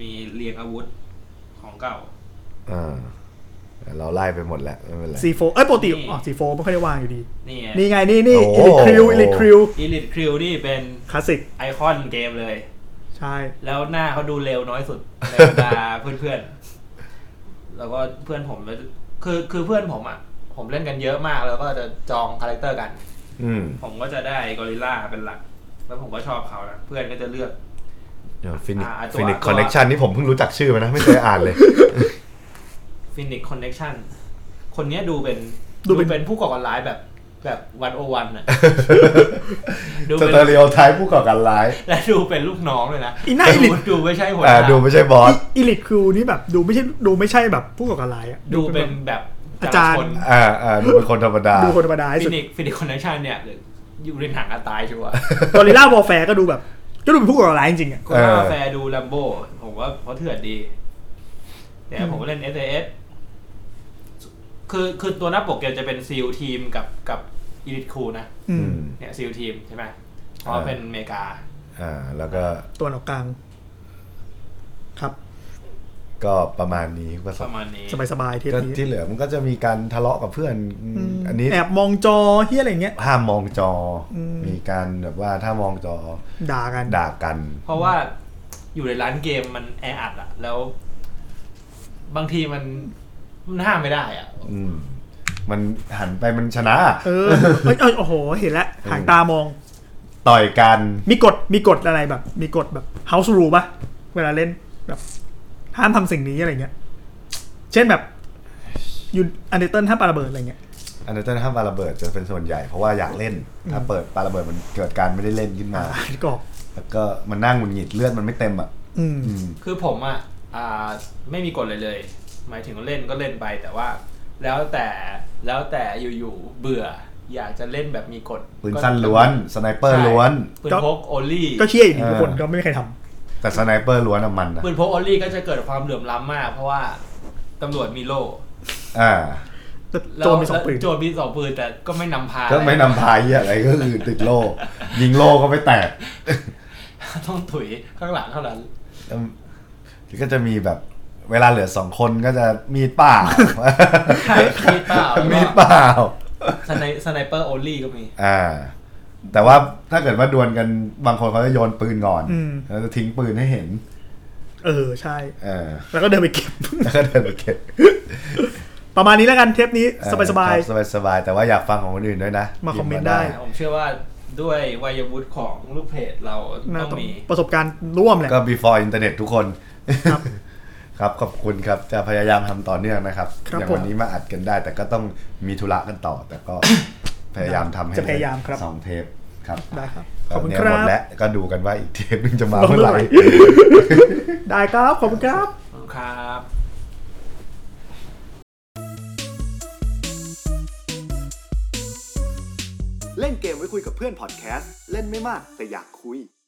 S4: มีเรียงอาวุธของเก่า
S3: อ่าเราไล่ไปหมดแล้วไม่เป็นไร
S2: C4 เอ้ยปกติ
S4: นี่
S2: อ๋อ C4 ไม่ค่อยได้วางอยู่ดี
S4: นี่ไง
S2: นี่ไงนี่นี่
S3: โอ้
S2: อิลิคริวอิลิคริว
S4: อีลิทคริวนี่เป็น
S2: คลาสสิก
S4: ไอคอนเกมเลย
S2: ใช่
S4: แล้วหน้าเขาดูเร็วน้อยสุด ในบรร
S2: <laughs>
S4: ดาเพื่อนๆ แล้วก็เพื่อนผมแล้วคือคือเพื่อนผมอ่ะ ผมเล่นกันเยอะมากแล้วก็จะจองคาแรคเตอร์กัน
S3: อืม
S4: ผมก็จะได้กอริลล่าเป็นหลัก แล้วผมก็ชอบเขานะเพื่อนก็จะเลือก
S3: เดี๋ยวฟินิก
S4: อ่าตัว
S3: ฟินิก
S4: ตัว
S3: คอนเนคชันนี่ผมเพิ่งรู้จักชื่อมันนะ ไม่เคยอ่านเลย
S4: ฟินิกคอนเน็ชันคนเนี้ยดูเป็น
S2: ดูเป็น
S4: เป็นผู้ก่อการร้ายแบบแบบวันโอวัน
S2: <laughs>
S4: อ่ะ ดู
S3: ส
S4: เป็น
S3: เตอริโอไทป์ผู้ก่อการร้าย
S4: และดูเป็นลูกน้องเลยนะ
S2: อีหน้าอีหลิ
S4: ดู
S2: ด
S4: ดูไม่ใช่หัวห
S3: อ่า
S4: น้า
S3: ดูไม่ใช่บอส
S2: อิลิคริวนี่แบบดูไม่ใช่ดูไม่ใช่แบบผู้ก่อการร้ายอะ
S4: ดูเป็นแบบ
S2: อาจารย์
S3: อ่าอ่าดูเป็นคนธรรมดา
S2: ดูคนธรรมดาที่
S4: ฟิ
S2: สุด
S4: นิกฟินิกคอนเนชันเนี่ยอยู่ในหนังอะตายชัวร์
S2: กอริล่าวอลแฟร์ก็ดูแบบ ก็ดูเป็นผู้ก่อการร้ายจริงๆอะ
S4: คน
S3: เออ
S4: กาแฟดูลัมโบผมว่าเขาเถื่อนดี แต่ผมเล่น s อ s คือคือตัวหน้าปกเกมจะเป็นซีลทีมกับกับอีลิทคูนะ
S2: อื
S3: อื
S2: ม
S3: ม
S4: เนี่ยซีลทีมใช่ไหมเพราะว่า
S3: อ่า
S4: เป็นอเมริกา
S3: อ่า แล้วก็
S2: ตัวหนออกกลาง ครับ
S3: ก็ประมาณนี้ประส
S4: ป
S3: บ
S4: ระมาณนี้
S2: สบายๆเทป
S3: ก็
S2: นี้
S3: ที่เหลือมันก็จะมีการทะเลาะกับเพื่อนอืมอันนี้
S2: แอบมองจอเฮียอะไรเงี้ย
S3: ห้ามมองจออ
S2: ม
S3: มีการแบบว่าถ้ามองจอ
S2: ด่ากัน
S3: ด่ากัน
S4: เพราะว่าอยู่ในร้านเกมมันแออัดอะแล้ว บางทีมันมันห้ามไม่ได้อะ
S3: อืม มันหันไปมันชนะ
S2: เออเอ้ยเอ้ยโอ้โห เห็นแล้วหางตามอง
S3: ต่อยกัน
S2: มีกฎ มีกฎอะไรแบบ มีกฎแบบ house rule ป่ะ เวลาเล่นแบบห้ามทำสิ่งนี้อะไรเงี้ย เช่นแบบยูอันเดอร์เติห้ามปาระเบิดอะไรเงี้ย
S3: อันนั้นห้ามปาระเบิดจะเป็นส่วนใหญ่เพราะว่าอยากเล่น ถ้าเปิดปาระเบิดมันเกิดการไม่ได้เล่นขึ้นมา
S2: อ่าที่กรอก
S3: แล้วก็มันนั่งหงุดหงิดเลือดมันไม่เต็มอ่ะ
S2: อืม
S3: อืม
S4: คือผมอะอ่า ไม่มีกฎเลยเลย หมายถึงเล่นก็เล่นไปแต่ว่า แล้วแต่แล้วแต่อยู่ๆเบื่อ อยากจะเล่นแบบมีกฎ
S3: ปืนสั้นล้วนสไนเปอร์ล้วน
S4: ปืนพกโอลี่
S2: ก็เชี่ยอยู่ดี
S3: เออ
S2: ทุกคนก็ไม่มีใครท
S3: แต่สไนเปอร์ล้วนอะมันนะ
S4: ปืนพกโอลี่ก็จะเกิดความเหลื่อมล้ำมาก เพราะว่าตำรวจมีโล่
S3: อ่า
S2: ำแต่
S4: แล้
S2: โจ
S4: ว
S2: รมีสองปืน
S4: โจรมีสองปืนแต่ก็ไม่นำพา
S3: ก็ไม่นำพายอะไรก็คือติด
S4: <laughs>
S3: โล่ยิงโล่ก็ไม่แตก
S4: ต้องถุยข้างหลังเท่านั้น
S3: อืมก็จะมีแบบเวลาเหลือสองคนก็จะมีดเปล่า
S4: มีดเปล่า
S3: มีดเปล่า
S4: สไนสไนเปอร์โอลี่ก็มี
S3: อ่า แต่ว่าถ้าเกิดว่าดวลกันบางคนเขาจะโยนปืนก่อน
S2: อืม
S3: แล้วจะทิ้งปืนให้เห็น
S2: เออ ใช่
S3: เอ
S2: <laughs>
S3: อ
S2: แล้วก็เดินไปเก็บ
S3: แล้วก็เดินไปเก็บ
S2: ประมาณนี้แล้วกันเทปนี้สบาย
S3: สบายสบายๆแต่ว่าอยากฟังของคนอื่นด้วยนะ
S2: มาคอมเมนต์
S3: พิา
S4: ผมเชื่อว่าด้วยวัยวุฒิของลูกเพจเรา
S2: ๆน่า
S4: ต้อง
S2: ต้อง
S4: มี
S2: ประสบการณ์ร่วมแหละ
S3: ก็ before internet ทุกคน
S2: ครับ
S3: <laughs> ครับขอบคุณครับจะพยายามทำต่อเนื่องนะครับ
S2: ครับ
S3: อย่าง
S2: ผม <coughs>
S3: วันนี้มาอัดกันได้ แต่ก็ต้องมีธุระกันต่อ แต่ก็ พยายามทำให้
S2: จะพยายามครับ
S3: สองเทปครับ
S2: ได้ครับ ข
S3: ก็
S2: อบคุณ
S3: เนี่ย
S2: ครั
S3: หม
S2: บ
S3: ดแล้วก็ดูกันว่าอีกเทปนึงจะมาเมื่อไหร่ <laughs>
S2: ได้ครับ ขอบคุณครับ
S4: ขอบคุณครับ
S1: เล่นเกมไว้คุยกับเพื่อนพอดแคสต์เล่นไม่มากแต่อยากคุย